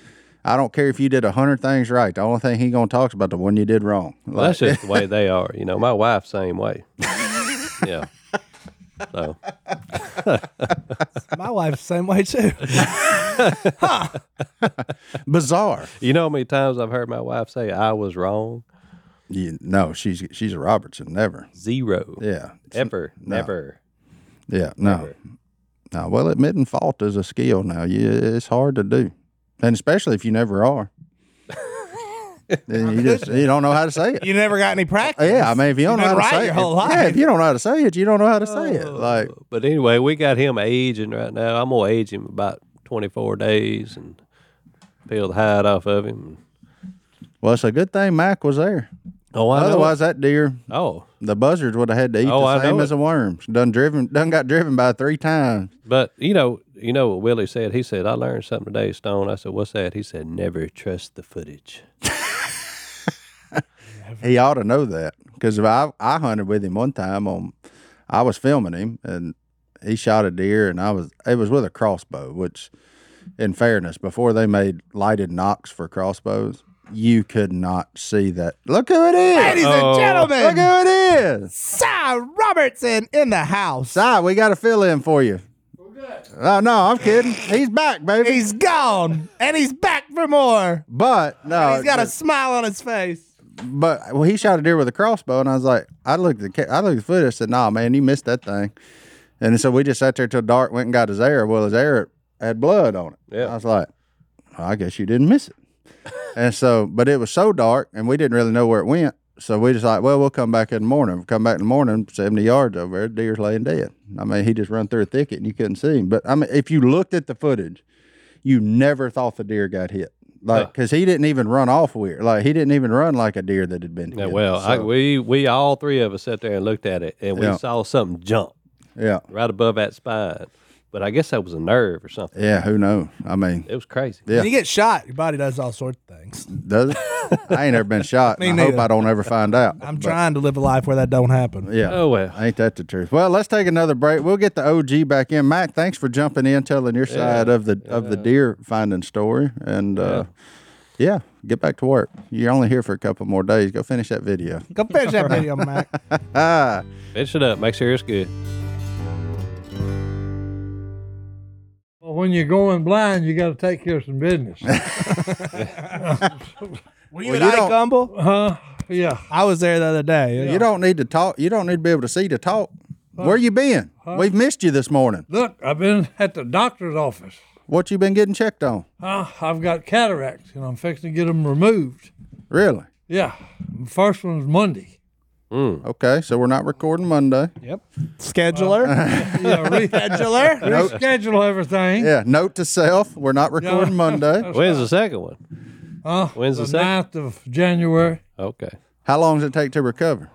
S1: I don't care if you did a hundred things right. The only thing he gonna talk is about the one you did wrong.
S3: Well,
S1: Like,
S3: that's just the way they are. You know, my wife same way. yeah. So
S4: My wife's the same way too.
S1: bizarre.
S3: you know how many times I've heard my wife say I was wrong?
S1: You, no, she's she's a Robertson. Never.
S3: Zero.
S1: Yeah.
S3: Ever. Never.
S1: Yeah. No. No. Well, admitting fault is a skill now. Yeah, it's hard to do, and especially if you never are. then you just you don't know how to say it.
S4: you never got any practice.
S1: Yeah, I mean, if you don't know
S4: been
S1: how to
S4: right
S1: say
S4: your
S1: it,
S4: whole
S1: yeah,
S4: life.
S1: if you don't know how to say it, you don't know how to say it. Like,
S3: But anyway, we got him aging right now. I'm gonna age him about twenty four days and peel the hide off of him.
S1: well, it's a good thing Mac was there.
S3: Oh, I know.
S1: Otherwise, that deer,
S3: Oh.
S1: the buzzards would have had to eat
S3: Oh, I
S1: the
S3: know
S1: same as
S3: it.
S1: the worms. Done driven, done got driven by three times.
S3: But you know, you know what Willie said. He said, "I learned something today, Stone." I said, "What's that?" He said, "Never trust the footage."
S1: He ought to know that because I I hunted with him one time on, I was filming him and he shot a deer and I was it was with a crossbow which, in fairness, before they made lighted knocks for crossbows, you could not see that. Look who it is!
S4: Ladies
S3: Oh.
S4: and
S1: Look
S4: gentlemen,
S1: who it is!
S4: Cy Robertson in the house.
S1: Si, we got a fill Uh, in for you. Oh no, I'm kidding. He's back, baby.
S4: He's gone and he's back for more.
S1: But no,
S4: He's got a
S1: but-
S4: smile on his face.
S1: but well, he shot a deer with a crossbow, and I was like, I looked at the, ca- I looked at the footage, I said, "Nah, man, you missed that thing." And so we just sat there till dark, went and got his arrow. Well, his arrow had blood on it.
S3: Yeah.
S1: I was like, well, I guess you didn't miss it. and so, but it was so dark, and we didn't really know where it went. So we just like, well, we'll come back in the morning. We come back in the morning, seventy yards over there, deer's laying dead. I mean, he just run through a thicket, and you couldn't see him. But I mean, if you looked at the footage, you never thought the deer got hit. Like,
S3: Huh.
S1: because he didn't even run off weird. Like, he didn't even run like a deer that had been hit.
S3: Yeah, well, I,
S1: So,
S3: we we all three of us sat there and looked at it, and we
S1: Yeah.
S3: saw something jump
S1: yeah,
S3: right above that spine. But I guess that was a nerve or something.
S1: yeah, who knows? I mean,
S3: It was crazy.
S1: Yeah.
S4: When you get shot, your body does all sorts of things.
S1: does it? I ain't ever been shot. and
S4: Me
S1: I hope
S4: neither.
S1: I don't ever find out.
S4: I'm
S1: But,
S4: trying to live a life where that don't happen.
S1: Yeah.
S3: Oh well.
S1: Ain't that the truth? Well, let's take another break. We'll get the OG back in. Mac, thanks for jumping in, telling your side of the of the deer finding story, and uh, yeah, get back to work. You're only here for a couple more days. Go finish that video.
S4: Go finish that video, Mac.
S1: Ah,
S3: Finish it up. Make sure it's good.
S7: Well, when you're going blind, you got to take care of some business.
S4: Were you
S1: Well,
S4: at
S1: you
S4: Ike
S1: don't-
S4: Humble?
S7: huh? Yeah.
S4: I was there the other day.
S1: you don't need to talk. You don't need to be able to see to talk. Where you been? We've missed you this morning.
S7: Look, I've been at the doctor's office.
S1: What you been getting checked on?
S7: Uh, I've got cataracts, and I'm fixing to get them removed.
S1: Really?
S7: Yeah. First one's Monday.
S1: Okay, so we're not recording Monday.
S4: Scheduler?
S7: Yeah. Re-
S4: Scheduler?
S7: reschedule everything.
S1: Yeah. Note to self: we're not recording Monday.
S3: When's the second one?
S7: Uh,
S3: When's the
S7: the
S3: second?
S7: 9th of January.
S3: Okay.
S1: How long does it take to recover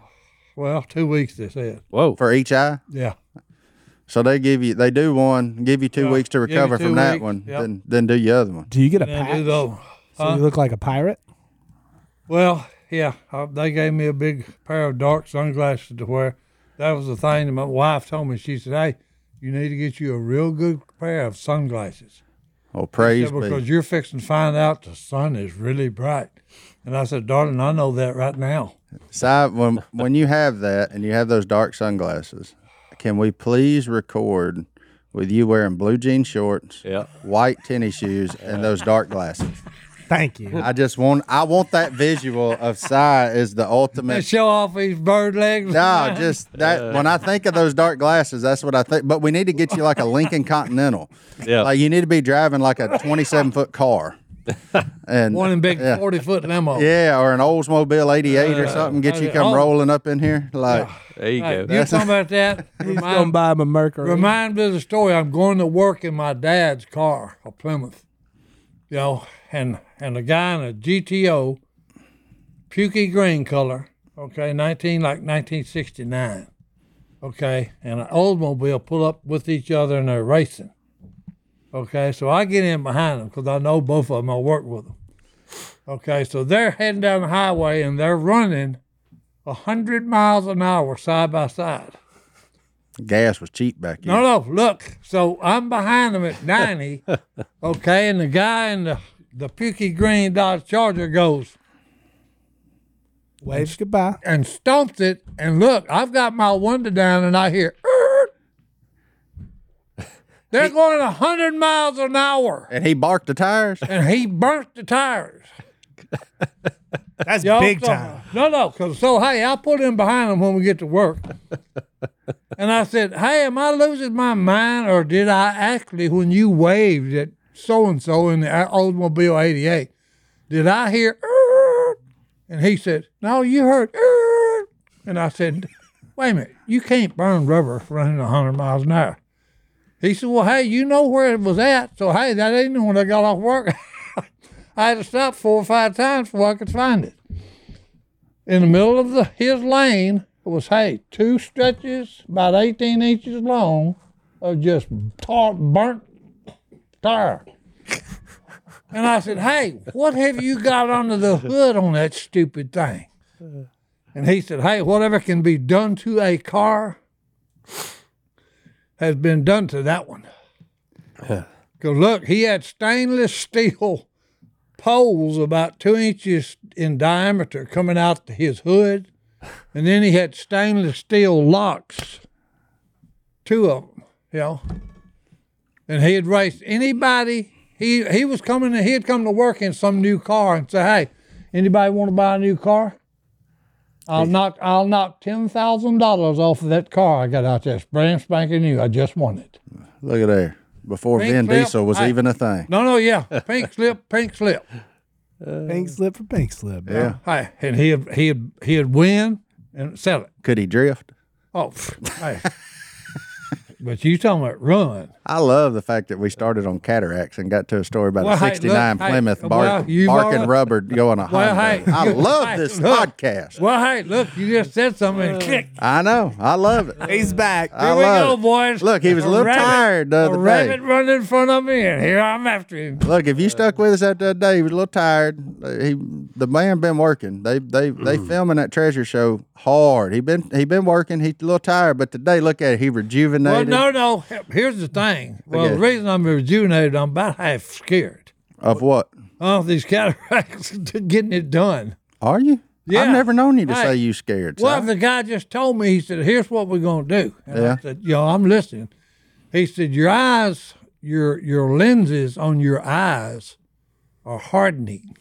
S7: Well, two weeks, they said.
S3: Whoa.
S1: for each eye?
S7: Yeah.
S1: So they give you they do one, give you two
S7: Yeah,
S1: weeks to
S7: give you
S1: recover
S7: two
S1: from that
S7: weeks,
S1: one,
S7: yep.
S1: then then do the other one.
S4: Do you get a
S7: And
S4: patch?
S7: do those.
S4: So you look like a pirate?
S7: Well, yeah, I, they gave me a big pair of dark sunglasses to wear. That was the thing that my wife told me. She said, "Hey, you need to get you a real good pair of sunglasses
S1: Oh, praise
S7: She said, because
S1: be.
S7: you're fixing to find out the sun is really bright." And I said, "Darling, I know that right now."
S1: Si, when when you have that and you have those dark sunglasses, can we please record with you wearing blue jean shorts,
S3: Yeah.
S1: white tennis shoes, and those dark glasses?
S4: Thank you.
S1: I just want I want that visual of Si as the
S7: They
S1: ultimate.
S7: show off these bird legs.
S1: No, just
S7: Uh,
S1: that. When I think of those dark glasses, that's what I think. But we need to get you like a Lincoln Continental.
S3: Yeah.
S1: Like you need to be driving like a 27 foot car. And
S7: one in big forty foot limo.
S1: Yeah, or an Oldsmobile 88 or something. Get you
S7: uh,
S1: come
S7: oh.
S1: rolling up in here. Like,
S3: there you
S7: Hey,
S3: go.
S7: you talking about that?
S4: He's going to buy him a Mercury.
S7: Remind me of the story. I'm going to work in my dad's car, a Plymouth, you know, and and a guy in a GTO, pukey green color, okay, nineteen like nineteen sixty nine, okay, and an Oldsmobile pull up with each other and they're racing, okay. So I get in behind them because I know both of them. I work with them, okay. So they're heading down the highway and they're running hundred miles an hour side by side.
S1: gas was cheap back then.
S7: No, no, look. So I'm behind him at 90, okay, and the guy in the, the pukey green Dodge Charger goes
S4: Waves goodbye.
S7: and stomps it. And look, I've got my window down and I hear, "Er." they're going 100 miles an hour.
S1: And he barked the tires.
S7: And he burnt the tires.
S4: That's
S7: Y'all
S4: big
S7: talking-
S4: time.
S7: No, no. 'cause- so, hey, I put in behind him when we get to work. and I said, hey, am I losing my mind or did I actually, when you waved at so and so in the Oldsmobile 88, did I hear, "Er?" and he said, no, you heard, "Er." and I said, wait a minute, you can't burn rubber running 100 miles an hour. He said, well, hey, you know where it was at. So, hey, that ain't when I got off work. I had to stop four or five times before I could find it in the middle of the, his lane was hey two stretches about 18 inches long of just tar, burnt tire and i said hey what have you got under the hood on that stupid thing and he said hey whatever can be done to a car has been done to that one because look he had stainless steel poles about two inches in diameter coming out his hood, and then he had stainless steel locks, two of them, you know. And he'd race anybody he he was coming. He had come to work in some new car and say, "Hey, anybody want to buy a new car? I'll knock I'll knock ten thousand dollars off of that car I got out there. It's brand spanking new. I just won it.
S1: Look at there. Before
S7: Pink
S1: Vin
S7: slip,
S1: Diesel was
S7: I-
S1: even a thing.
S7: No, no, yeah, pink slip, pink slip.
S4: Pink slip for pink slip. bro.
S1: Yeah.
S7: Hey, and he would he would he would win and sell it.
S1: Could he drift?
S7: Oh, pff, hey. But you talking about run?
S1: I love the fact that we started on cataracts and got to a story about
S7: Well,
S1: a
S7: hey,
S1: '69
S7: look, hey,
S1: Plymouth
S7: well,
S1: bark,
S7: you've
S1: barking
S7: already-
S1: rubber going a
S7: Well,
S1: Honda.
S7: hey,
S1: I
S7: you-
S1: love
S7: hey,
S1: this
S7: look.
S1: podcast.
S7: Well, hey, look, you just said something. And click.
S1: I know. I love it.
S4: He's back.
S1: Uh, I
S7: Here we
S1: love
S7: go,
S1: it.
S7: boys.
S1: Look, he was a little
S7: rabbit-
S1: tired the
S7: a
S1: other
S7: rabbit
S1: day.
S7: running in front of me, and here I'm after him.
S1: Look, if you stuck with us after that day, he was a little tired. Uh, He, the man, been working. They, they, they filming that treasure show hard. He been, he been working. He's a little tired, but today, look at it. He
S7: Well,
S1: rejuvenated
S7: no, no. Here's the thing. Well,
S1: Okay.
S7: the reason I'm rejuvenated, I'm about half scared.
S1: of what?
S7: Oh, these cataracts to getting it done.
S1: Are you? I've
S7: Yeah.
S1: never known you to
S7: Hey.
S1: say you scared.
S7: Well,
S1: Si.
S7: the guy just told me, he said, here's what we're going to do. And
S1: Yeah.
S7: I said, yo, I'm listening. He said, your eyes, your your lenses on your eyes are hardening.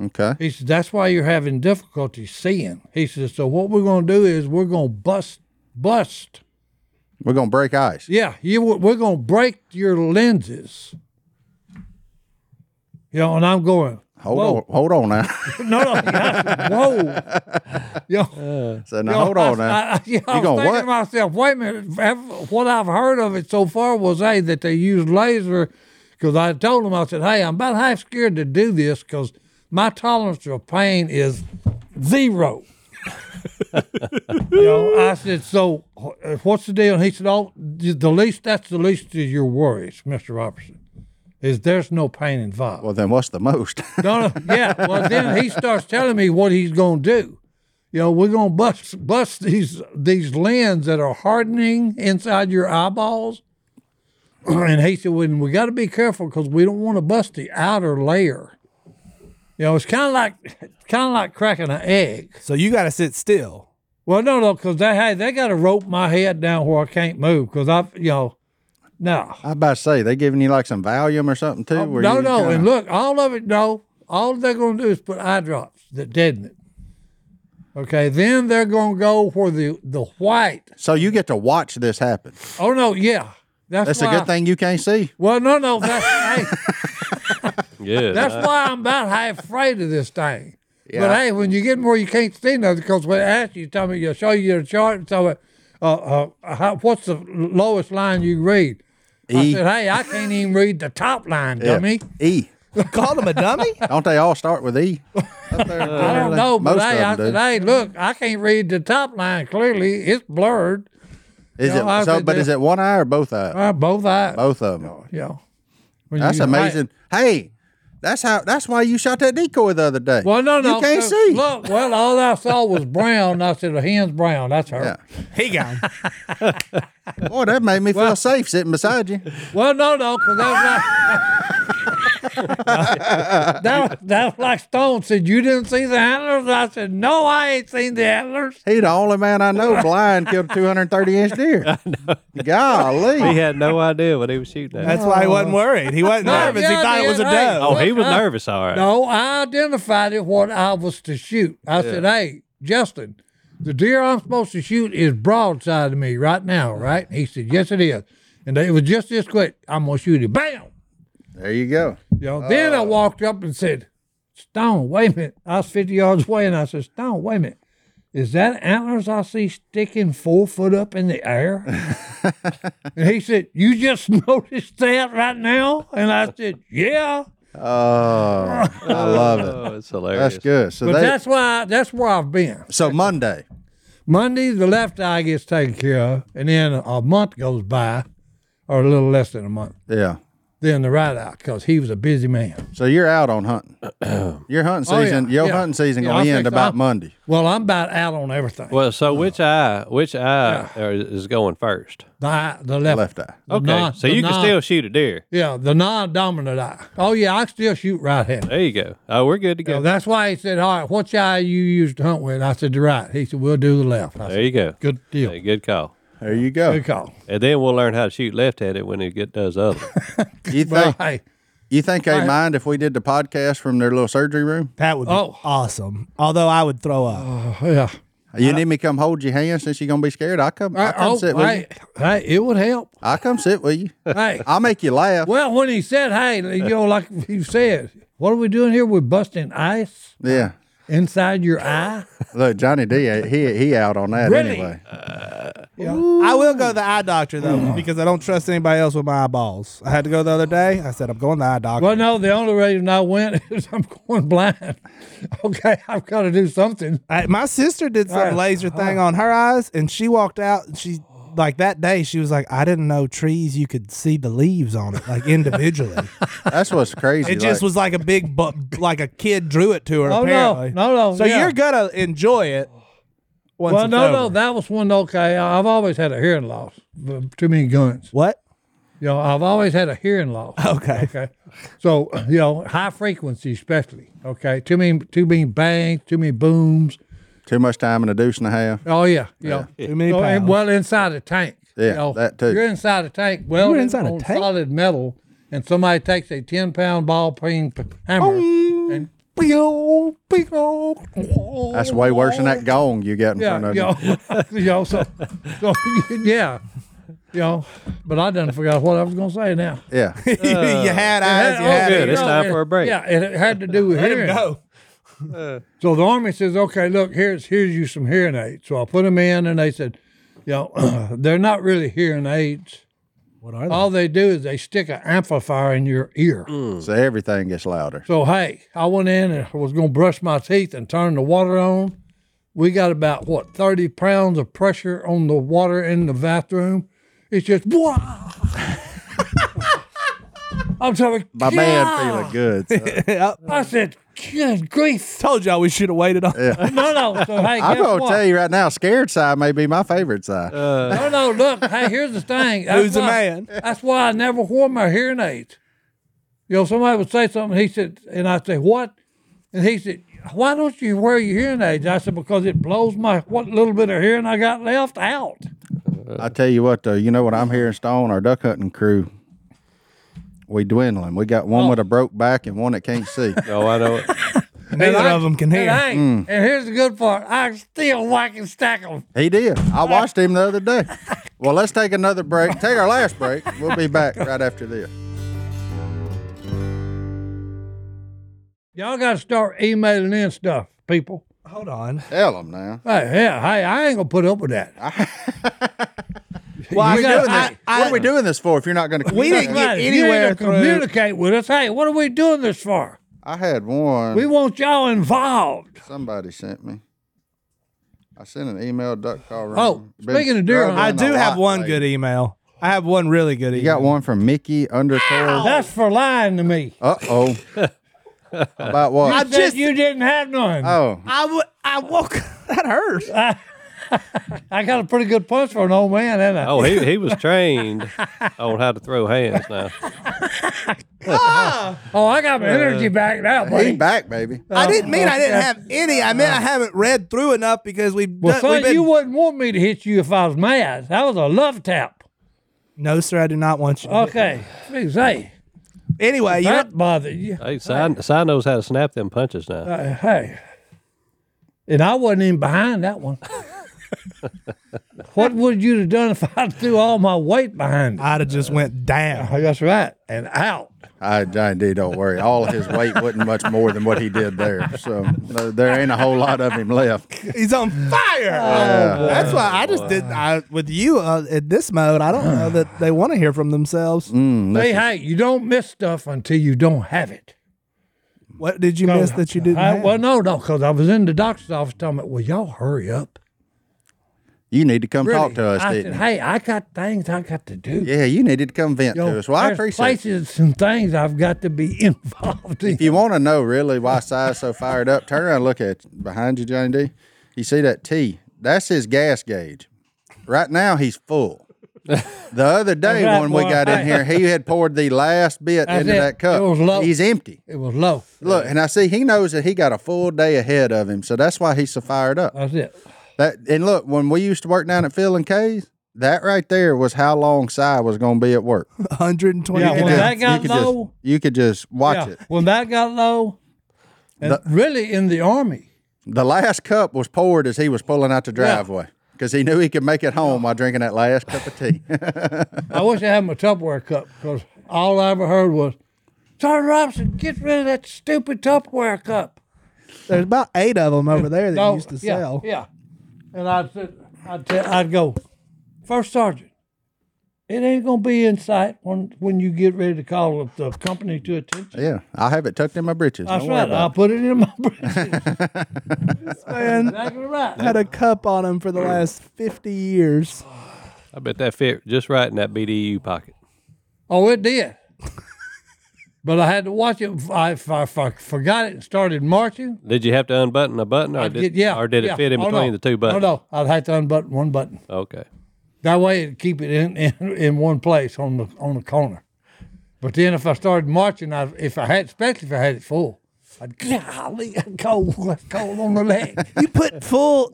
S1: okay.
S7: He said, that's why you're having difficulty seeing. He said, so what we're going to do is we're going to bust, bust.
S1: We're gonna break ice.
S7: Yeah, you, we're going to break your lenses. You know, and I'm going,
S1: Hold
S7: Whoa.
S1: on, hold on now.
S7: no, no, yeah, whoa. Yo,
S1: so now hold on now.
S7: I, I, yeah, I
S1: You
S7: was
S1: going,
S7: thinking
S1: "What?"
S7: to myself, wait a minute. ev- What I've heard of it so far was, hey, that they use laser. Because I told them, I said, hey, I'm about half scared to do this because my tolerance for pain is zero. you know, I said, so wh- what's the deal? And he said, oh, the least, that's the least of your worries, Mr. Robertson, is there's no pain involved.
S1: well, then what's the most?
S7: No, no, yeah. Well, then he starts telling me what he's gonna do. You know, we're gonna bust bust these these lenses that are hardening inside your eyeballs. And he said, "Well, we got to be careful because we don't want to bust the outer layer." You know, it's kind of like kind of like cracking an egg.
S4: So you got to sit still.
S7: Well, no, no, because they hey they got to rope my head down where I can't move because I you know, no.
S1: I about to say they giving you like some Valium or something too. where
S7: Oh, no,
S1: you
S7: no,
S1: kinda-
S7: and look, all of it. No, all they're going to do is put eye drops that deaden it. Okay, then they're going to go for the the white.
S1: So you get to watch this happen.
S7: Oh no, yeah, that's
S1: That's a
S7: why-
S1: good thing you can't see.
S7: Well, no, no, that's hey,
S3: Yeah.
S7: that's why I'm about half afraid of this thing. But hey, when you get more, you can't see nothing because when I ask you, tell me, you'll show you your chart and tell me, uh, uh, how, what's the lowest line you read? I
S1: E.
S7: said, hey, I can't even read the top line,
S1: Yeah.
S7: dummy.
S1: E.
S4: Called him a dummy?
S1: Don't they all start with E?
S7: I don't know, but
S1: Most
S7: hey, I
S1: of them
S7: said,
S1: do.
S7: hey, look, I can't read the top line clearly. It's blurred.
S1: Is
S7: No, I
S1: it? So,
S7: said
S1: but
S7: that-
S1: is it one eye or both eyes?
S7: Uh, both eyes.
S1: both of them.
S7: Yeah.
S1: That's amazing. Hey, that's how. That's why you shot that decoy the other day.
S7: well, no, no.
S1: you can't
S7: so,
S1: see.
S7: Look, well, all I saw was brown. I said, a hen's brown. That's her.
S1: Yeah.
S4: He gone.
S1: Boy, that made me feel safe sitting beside you.
S7: Well, no, no, because that was like, that, was- that was like Stone said, you didn't see the antlers? I said, no, I ain't seen the antlers.
S1: He the only man I know blind killed a 230 inch deer. Golly.
S3: he had no idea what he was shooting at.
S4: That's why he wasn't worried. He wasn't
S7: No,
S4: nervous.
S7: yeah,
S4: he thought it was a
S7: man, hey.
S4: doe.
S3: oh, he was nervous. All right.
S7: No, I identified it what I was to shoot. I said, "Hey, Justin, the deer I'm supposed to shoot is broadside of me right now, right?" He said, "Yes, it is," and it was just this quick. I'm gonna shoot him. Bam!
S1: There you go.
S7: You know, then I walked up and said, "Stone, wait a minute." I was 50 yards away, and I said, "Stone, wait a minute." Is that antlers I see sticking four foot up in the air? and he said, You just noticed that right now? And I said, Yeah.
S1: Oh, I love it.
S3: Oh, it's hilarious.
S1: That's good. So
S7: But
S1: they,
S7: that's why that's where I've been.
S1: so Monday.
S7: Monday, the left eye gets taken care of, and then a month goes by, or a little less than a month.
S1: Yeah.
S7: Then the right eye, because he was a busy man.
S1: So you're out on hunting. Your hunting
S7: Oh, yeah,
S1: season, your
S7: yeah.
S1: hunting season
S7: Yeah,
S1: gonna
S7: I
S1: end
S7: think so.
S1: about Monday.
S7: Well, I'm about out on everything.
S3: Well, so which eye? Which eye are- is going first?
S7: the, eye, the left.
S1: Left eye.
S7: the
S3: Okay,
S7: non-
S3: so
S7: the
S3: you can
S7: non-
S3: still shoot a deer.
S7: Yeah, the non-dominant eye. Oh yeah, I still shoot right-handed.
S3: There you go. Oh, we're good to
S7: So
S3: go.
S7: that's why he said, "All right, which eye you used to hunt with?" I said, "The right." He said, "We'll do the left." I said,
S3: There you go.
S7: "Good deal."
S3: Hey, good call.
S1: There you go.
S7: Good call.
S3: And then we'll learn how to shoot left-handed when he get does other.
S1: You think
S7: But hey,
S1: you think they mind if we did the podcast from their little surgery room?
S4: That would be
S7: Oh.
S4: awesome. Although I would throw up.
S7: oh, yeah.
S1: You need me to come hold your hand since you're gonna be scared. I come. I,
S7: I,
S1: come
S7: oh,
S1: sit with you.
S7: hey, hey, it would help.
S1: I come sit with you.
S7: Hey,
S1: I'll make you laugh.
S7: well, when he said, "Hey," you know, like you said, what are we doing here? We're busting ice
S1: Yeah.
S7: inside your eye.
S1: Look, Johnny D. He he out on that
S7: Really?
S1: anyway.
S4: I will go to the eye doctor though because I don't trust anybody else with my eyeballs. I had to go the other day. I said I'm going to the eye doctor.
S7: Well, no, the only reason I went is I'm going blind. Okay, I've got to do something.
S4: I- my sister did some
S7: Alright.
S4: laser thing on her eyes, and she walked out. And she like that day she was like, I didn't know trees you could see the leaves on it like individually.
S1: That's what's crazy.
S4: it just
S1: like,
S4: was like a big bu- like a kid drew it to her.
S7: Oh, no.
S4: apparently.
S7: No, no,
S4: So
S7: yeah.
S4: you're gonna enjoy it. Once
S7: well,
S4: it's
S7: no,
S4: over.
S7: no, that was one. Okay, I've always had a hearing loss. but Too many guns.
S4: What?
S7: You know, I've always had a hearing loss.
S4: Okay.
S7: Okay. So, you know, high frequency especially. Okay. Too many too many bangs, too many booms.
S1: too much time in a deuce and a half.
S7: Oh yeah. You know.
S4: Too many
S7: So, and
S4: pounds.
S7: well inside a tank.
S1: Yeah,
S7: you know.
S1: that too.
S7: You're inside a tank. Well
S4: were inside a
S7: on
S4: tank?
S7: solid metal and somebody takes a ten pound ball peen p-
S4: Oh,
S7: hammer and pew, pew,
S1: That's way worse than that gong you got in front
S7: yeah,
S1: of
S7: you
S1: you.
S7: know, you know, so, so yeah, you know, but I done forgot what I was gonna say now.
S1: Yeah.
S4: you had eyes.
S7: It
S4: You
S7: had-
S4: had
S7: oh,
S3: good. It's
S7: no,
S3: time
S7: it-
S3: for a break. Uh,
S7: Yeah, it it had to do with hearing.
S4: go.
S7: So the army says, "Okay, look, here's here's you some hearing aids." So I put them in, and they said, "You know, they're not really hearing aids.
S4: What are they?
S7: All they do is they stick an amplifier in your ear."
S3: Mm.
S1: So everything gets louder.
S7: So hey, I went in and I was gonna brush my teeth and turn the water on. We got about what thirty pounds of pressure on the water in the bathroom. It's just wow. I'm telling
S1: My man feeling good. so.
S7: I said, "Good grief!"
S4: Told y'all we should have waited on.
S7: No, no. So hey,
S1: I'm
S7: guess
S1: gonna
S7: what?
S1: tell you right now, scared side may be my favorite side.
S4: Uh.
S7: No, no. Look, hey, here's the thing. That's
S4: Who's a
S7: why-
S4: man?
S7: That's why I never wore my hearing aids. You know, somebody would say something. He said, and I say, "What?" And he said, "Why don't you wear your hearing aids?" I said, "Because it blows my what little bit of hearing I got left out."
S1: I tell you what, though, you know what I'm hearing, Stone, our duck hunting crew, we dwindling. We got
S4: Oh.
S1: one with a broke back and one that can't see.
S3: oh, I know. it.
S4: Neither
S7: And I-
S4: of them can
S7: And,
S4: hear.
S7: hey, and here's the good part: I still whack and stack them.
S1: He did. I watched him the other day. Well, let's take another break. Take our last break. We'll be back right after this.
S7: Y'all got to start emailing in stuff, people.
S4: Hold on.
S1: Tell him now.
S7: Hey, yeah, hey, I ain't gonna put up with that.
S4: Well,
S7: You
S4: I
S7: gotta-
S4: know that-
S7: I-
S1: what are we doing this for if you're not going to
S4: We
S1: communicate?
S4: didn't- get
S7: Right, if you ain't
S4: anywhere
S7: gonna
S4: through-
S7: communicate with us. Hey, what are we doing this for?
S1: I had one.
S7: We want y'all involved.
S1: Somebody sent me. I sent an email duck call.
S7: Oh,
S1: room.
S7: speaking of deer
S1: struggling
S4: I do
S1: a
S4: have
S1: lot
S4: one
S1: lately.
S4: good email. I have one really good
S1: You
S4: email.
S1: got one from Mickey Undercore.
S7: That's for lying to me.
S1: Uh oh. About
S7: I
S1: what?
S7: said
S4: just-
S7: you didn't have none.
S1: Oh,
S4: I, w- I woke that hurts.
S7: I got a pretty good punch for an old man, didn't I?
S3: Oh, he he was trained on how to throw hands. Now
S7: Oh, I
S4: Uh,
S7: got my energy back now,
S1: he
S7: buddy.
S1: back, baby.
S4: I didn't mean I didn't have any. I meant I haven't read through enough because we've,
S7: Well,
S4: done, we've
S7: son,
S4: been.
S7: you wouldn't want me to hit you if I was mad. That was a love tap.
S4: no, sir, I do not want you. to-
S7: Okay, please say
S4: Anyway, you
S7: that bothered you.
S3: hey, Si Si knows how to snap them punches. Now
S7: Uh, hey, and I wasn't even behind that one. what would you have done if I threw all my weight behind it?
S4: I'd have just went down.
S7: That's right, and out.
S1: I, Johnny D, don't worry. All of his weight wasn't much more than what he did there. So no, there ain't a whole lot of him left.
S4: He's on fire.
S7: Oh,
S4: That's why I just did. I, with you uh, at this mode, I don't know that they want to hear from themselves.
S7: Hey, hey, you don't miss stuff until you don't have it.
S4: What did you miss that you didn't?
S7: I,
S4: have?
S7: well, no, no, because I was in the doctor's office talking about, well, y'all hurry up.
S1: You need to come
S7: Really.
S1: talk to us,
S7: I
S1: didn't
S7: said,
S1: you?
S7: hey, I got things I got to do.
S1: Yeah, you needed to come vent
S7: You know,
S1: to us. Well, I
S7: there's
S1: appreciate it.
S7: places and things I've got to be involved in.
S1: If you want to know really why Si's so fired up, turn around and look at behind you, Johnny D. You see that T? That's his gas gauge. Right now, he's full. The other day
S7: Right,
S1: when we
S7: boy.
S1: got in here, he had poured the last bit
S7: That's
S1: into
S7: it.
S1: that cup.
S7: It was low.
S1: He's empty.
S7: It was low.
S1: Look, and I see he knows that he got a full day ahead of him, so that's why he's so fired up.
S7: That's it.
S1: That and look, when we used to work down at Phil and K's, that right there was how long Si was going to be at work.
S4: 120.
S7: Yeah,
S1: You could
S7: when
S1: just-
S7: that got
S1: you could just-
S7: low-
S1: you could just watch it.
S7: When that got low, and
S1: The-
S7: really in the army.
S1: The last cup was poured as he was pulling out the driveway because he knew he could make it home by drinking that last cup of tea.
S7: I wish I had my Tupperware cup because all I ever heard was, Sergeant Robinson, get rid of that stupid Tupperware cup.
S4: There's about eight of them over there that
S7: No,
S4: used to
S7: yeah,
S4: sell.
S7: Yeah. And I'd sit, I'd, tell, I'd go, First Sergeant, it ain't going to be in sight when, when you get ready to call the the company to attention.
S1: yeah, I have it tucked in my breeches.
S7: That's
S1: Don't worry
S7: right.
S1: about
S7: I'll put it in my brain.
S4: Man,
S7: exactly right.
S4: had a cup on him for the last 50 years.
S3: I bet that fit just right in that BDU pocket.
S7: Oh, it did. but I had to watch it. I, if I, if I forgot it and started marching.
S3: Did you have to unbutton a button, or
S7: I'd
S3: did
S7: get, yeah,
S3: or did it
S7: yeah.
S3: fit in
S7: Oh, no.
S3: between the two buttons?
S7: No, no, I'd have to unbutton one button.
S3: Okay.
S7: That way, it'd keep it in, in, in one place on the on the corner. But then, if I started marching, I, if I had, especially if I had it full, I'd golly, i cold, that's cold on the leg.
S4: You put full,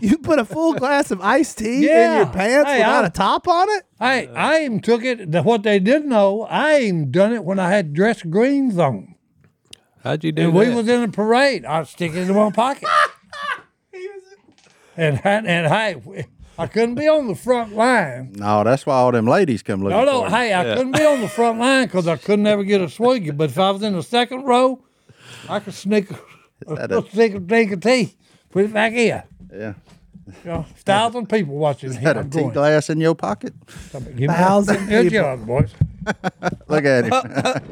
S4: you put a full glass of iced tea in
S7: Yeah.
S4: your pants
S7: Hey,
S4: without
S7: I-
S4: a top on it?
S7: Hey, I even took it. the- What they didn't know, I even done it when I had dress greens on,
S3: How'd you do
S7: and
S3: that?
S7: we was in a parade. I'd stick it in my pocket. and and, and hey, I couldn't be on the front line.
S1: it. No, that's why all them ladies come looking.
S7: No, no,
S1: for you.
S7: hey, I couldn't be on the front line because I couldn't ever get a swig. But if I was in the second row, I could sneak a,
S1: that
S7: a, sneak a drink of tea, put it back in.
S1: yeah.
S7: You know, thousand people watching.
S1: Had
S7: Here,
S1: a
S7: I'm
S1: tea
S7: going.
S1: glass in your pocket.
S7: Give me-
S4: Thousand
S7: Good
S4: people.
S7: job, boys.
S1: Look at him.
S7: All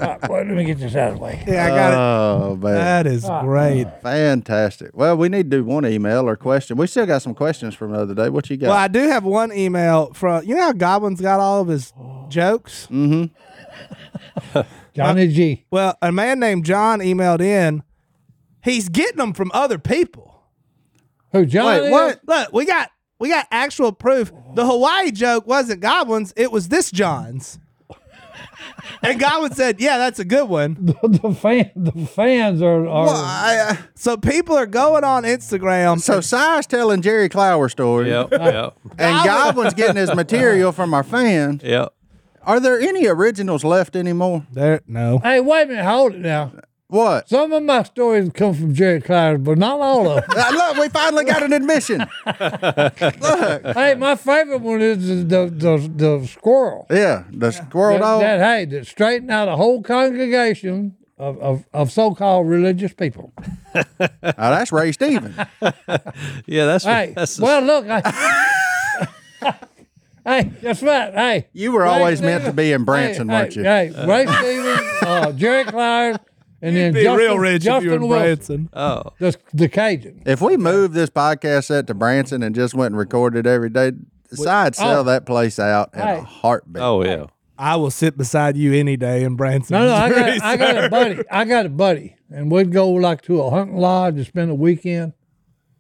S7: right, boy, let me get this out of the way.
S4: Yeah, I got it.
S1: Oh man,
S7: uh,
S4: That is
S7: Ah.
S4: great.
S1: fantastic! Well, we need to do one email or question. We still got some questions from the other day. What you got?
S4: Well, I do have one email from, you know how Goblin's got all of his jokes?
S1: Mm.
S7: Johnny G.
S4: Well, a man named John emailed in. He's getting them from other people.
S7: Who, Johnny?
S1: Wait, what?
S4: Look, we got we got actual proof. The Hawaii joke wasn't Godwin's; it was this John's. and Godwin said, "Yeah, that's a good one."
S7: The, fan, the fans are. are
S1: Well, I- I-
S4: So people are going on Instagram.
S1: so Si's telling Jerry Clower story,
S3: Yep. Yep.
S1: and Godwin's getting his material from our fans.
S3: Yep.
S1: Are there any originals left anymore?
S4: there, no.
S7: hey, wait a minute. Hold it now.
S1: What?
S7: Some of my stories come from Jerry Clyde, but not all of them.
S1: Uh, look, we finally got an admission.
S7: hey, my favorite one is the, the, the squirrel.
S1: Yeah, the squirrel
S7: that,
S1: dog.
S7: that hey, that straightened out a whole congregation of, of, of so called religious people.
S1: Oh, that's Ray Stevens.
S3: Yeah. That's
S7: Hey,
S3: that's
S7: well, look, I, hey, that's right. Hey,
S1: You were
S7: Ray
S1: always meant to
S7: Stevens-
S1: be in Branson,
S7: hey,
S1: weren't
S7: hey,
S1: you?
S7: Hey, Ray Stevens, uh, Jerry Clyde, and then
S4: Be
S7: Justin,
S4: real rich
S7: Justin
S4: if you were in
S7: Wilson,
S4: Branson.
S3: oh
S7: The, the Cajun.
S1: If we moved this podcast set to Branson and just went and recorded every day, Si'd sell
S7: oh.
S1: that place out in a
S7: Hey.
S1: heartbeat.
S3: oh yeah.
S4: I will sit beside you any day in Branson.
S7: No, no, I
S4: Missouri,
S7: got, I got
S4: sir.
S7: a buddy. I got a buddy, and we'd go like to a hunting lodge and spend a weekend.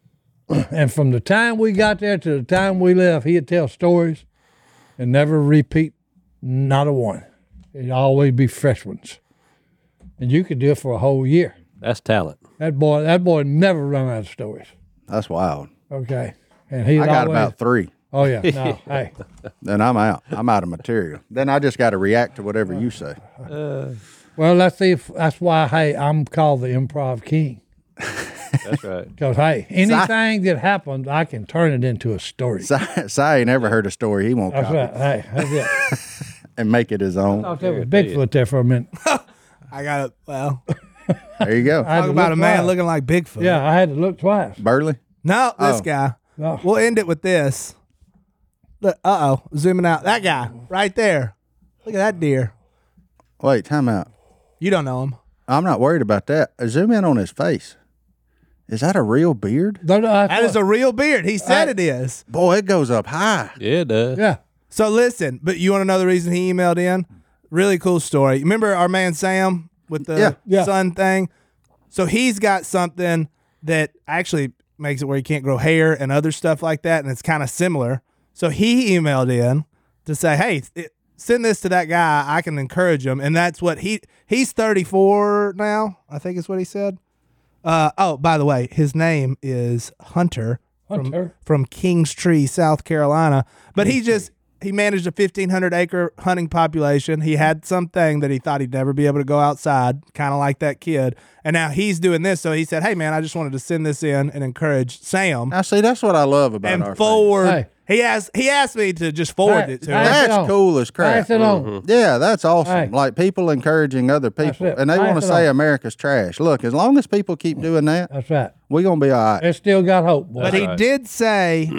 S7: And from the time we got there to the time we left, he'd tell stories, and never repeat not a one. It'd always be fresh ones, and you could do it for a whole year.
S3: That's talent.
S7: That boy, that boy never run out of stories.
S1: That's wild.
S7: Okay, and he.
S1: I got
S7: always,
S1: about three.
S7: Oh yeah, no, hey,
S1: Then I'm out. I'm out of material. Then I just got to react to whatever you say.
S7: well, let's see if that's why. Hey, I'm called the improv king.
S3: That's right.
S7: Because hey, anything that happens, I can turn it into a story.
S1: Si, si ain't ever heard a story he won't
S7: That's
S1: copy
S7: right. Hey, that's it. I
S1: and make it his own.
S7: thought there was Bigfoot there for a minute.
S4: I got it. Well,
S1: There you
S7: I
S1: go.
S7: had
S4: talk
S7: to
S4: about
S7: look
S4: a man
S7: twice.
S4: looking like Bigfoot.
S7: Yeah, I had to look twice.
S1: Burley.
S4: No, this
S1: Oh.
S4: guy.
S7: No.
S4: We'll end it with this. Uh oh, zooming out. That guy right there. Look at that deer.
S1: Wait, time out.
S4: You don't know him.
S1: I'm not worried about that. Zoom in on his face. Is that a real beard?
S7: No, no, uh, I
S4: That is
S7: thought-
S4: a real beard. He said
S7: I-
S4: it is.
S1: Boy, it goes up high.
S3: Yeah, it does.
S7: yeah.
S4: So listen, but you want to know the reason he emailed in? Really cool story. Remember our man Sam with the
S1: Yeah.
S7: Yeah.
S4: sun thing? So he's got something that actually makes it where he can't grow hair and other stuff like that, and it's kind of similar. So he emailed in to say, "Hey, it, send this to that guy. I can encourage him." And that's what he he's 34 now. I think is what he said. Uh, oh, by the way, his name is Hunter
S7: Hunter.
S4: from Kings Tree, South Carolina. But he just he managed a 1500 acre hunting population. He had something that he thought he'd never be able to go outside, kind of like that kid. And now he's doing this. So he said, "Hey man, I just wanted to send this in and encourage Sam
S1: Now, see, that's what I love about our
S4: and
S1: thing.
S4: forward."
S7: Hey.
S4: He asked he asked me to just forward
S7: Hey,
S4: it to
S7: hey.
S4: him.
S7: Pass it
S1: That's
S7: on.
S1: cool as crap.
S7: Pass it on.
S1: Yeah, that's awesome.
S7: Hey.
S1: Like people encouraging other people,
S7: it.
S1: and they
S7: Pass
S1: want
S7: it
S1: to say
S7: on.
S1: America's trash. Look, as long as people keep doing that,
S7: That's right.
S1: we're gonna be all right.
S7: They still got hope. Boy.
S4: But he
S3: right.
S4: did say,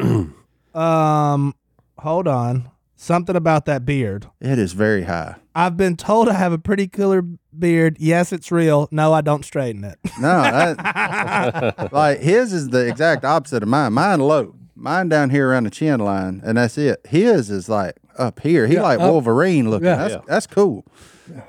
S4: um, hold on, something about that beard.
S1: It is very high.
S4: I've been told I have a pretty killer beard. Yes, it's real. No, I don't straighten it.
S1: No, that, like his is the exact opposite of mine. Mine low, mine down here around the chin line, and that's it. His is like up here. He like Wolverine looking.
S7: Yeah.
S1: that's that's cool.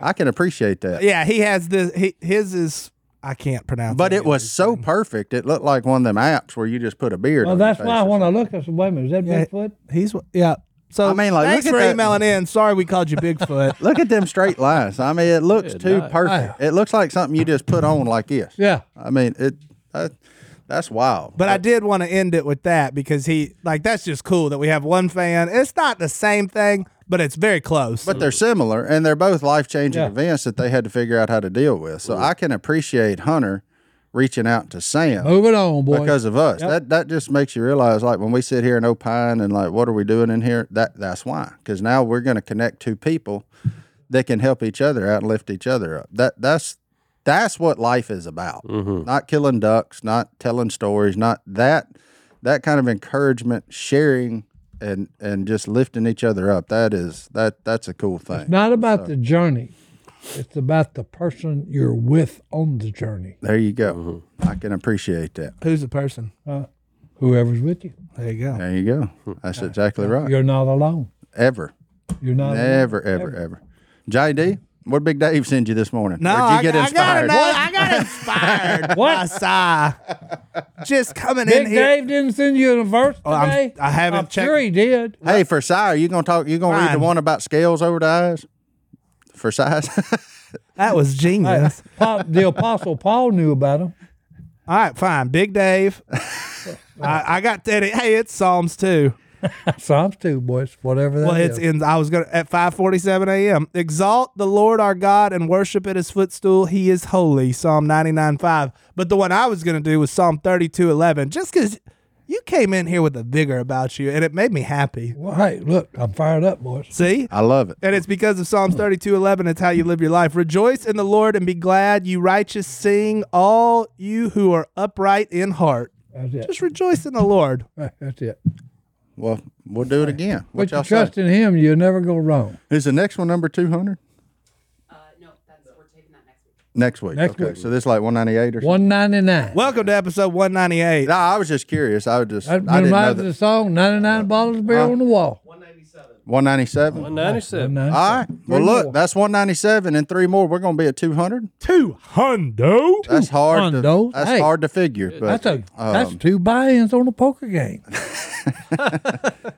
S1: I can appreciate that.
S4: yeah, he has this. He, his is I can't pronounce.
S1: But
S4: any
S1: it
S4: of
S1: was
S4: these
S1: so
S4: things.
S1: perfect. It looked like one of them apps where you just put a beard.
S7: well,
S1: on your
S7: that's
S1: face
S7: why
S1: or
S7: when I looked, I said, "Wait a minute, is that
S4: Yeah.
S7: Bigfoot?"
S4: He's yeah. So
S1: I mean, like,
S4: thanks
S1: look
S4: for
S1: at that-
S4: emailing in. Sorry, we called you Bigfoot.
S1: Look at them straight lines. I mean, it looks
S3: Good
S1: too
S3: night.
S1: perfect. It looks like something you just put on like this.
S7: Yeah.
S1: I mean, it. That, that's wild.
S4: But I did want to end it with that because he like that's just cool that we have one fan. It's not the same thing, but it's very close.
S1: but they're similar, and they're both life changing
S7: Yeah.
S1: events that they had to figure out how to deal with. So I can appreciate Hunter reaching out to Sam
S7: Moving on, boy.
S1: because of us. That that just makes you realize, like when we sit here and opine and like, what are we doing in here? That that's why. Because now we're going to connect two people that can help each other out and lift each other up. That that's that's what life is about. Not killing ducks, not telling stories, not that that kind of encouragement, sharing, and and just lifting each other up. That is that that's a cool thing.
S7: it's not about the journey; it's about the person you're with on the journey.
S1: there you go. I can appreciate that.
S4: Who's the person? Oh,
S7: Whoever's with you,
S4: There you go.
S1: There you go. That's exactly right.
S7: you're not alone.
S1: Ever.
S7: You're not.
S1: Ever, ever, ever. JD, what did Big Dave send you this morning?
S4: No,
S1: Where'd you
S4: I,
S1: get
S4: I got
S1: inspired?
S4: another, I got inspired.
S7: What?
S4: by Cy. Just coming in
S7: Big
S4: here.
S7: Dave didn't send you a verse today.
S4: Oh, I'm- I haven't
S7: I'm
S4: checked-
S7: sure he did.
S1: Hey, for Si, are you gonna talk? You gonna read the
S4: Fine.
S1: one about scales over the eyes? For size,
S4: That was genius.
S7: Pa- the Apostle Paul knew about him.
S4: All right, fine. Big Dave. I, I got that. Hey, it's Psalms too.
S7: Psalms too, boys. Whatever that
S4: Well, it's
S7: is.
S4: in. I was gonna at five forty-seven a.m. Exalt the Lord our God and worship at His footstool. He is holy. Psalm ninety-nine five. But the one I was gonna do was Psalm thirty-two eleven. Just because you came in here with a vigor about you, and it made me happy.
S7: Well, hey, look, I'm fired up, boys.
S4: See,
S1: I love it.
S4: and it's because of Psalms 32 11. It's how you live your life. Rejoice in the Lord and be glad, you righteous. Sing, all you who are upright in heart.
S7: That's it.
S4: Just rejoice in the Lord.
S7: That's it.
S1: Well, we'll do it again. What
S7: But you
S1: y'all say?
S7: trust in him, you'll never go wrong.
S1: Is the next one number two hundred? Uh, no, that's we're taking that next
S7: Next
S1: week. Next week. okay,
S7: week.
S1: so this like one ninety eight or something.
S7: One ninety nine.
S4: Welcome to episode 198.
S1: No, I was just curious. I would just
S7: That
S1: I didn't know
S7: reminds me of the
S1: that Uh,
S7: song Ninety Nine Bottles of Beer on the Wall.
S1: one ninety seven.
S3: One ninety seven.
S1: All right. Well,
S7: Three
S1: look,
S7: more.
S1: that's one ninety seven and three more. We're gonna be at two hundred.
S4: Two hundo.
S1: That's hard. To,
S7: hundo.
S1: that's
S7: Hey.
S1: hard to Um, figure. But
S7: That's a that's two buy-ins on a poker game.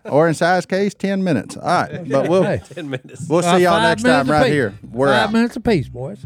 S1: or in size case, ten minutes. All right, but we'll
S7: Hey,
S3: Ten minutes.
S1: we'll
S7: uh,
S1: see y'all
S7: five
S1: next
S7: minutes
S1: time right
S7: apiece.
S1: here. We're
S7: five
S1: out.
S7: minutes apiece, boys.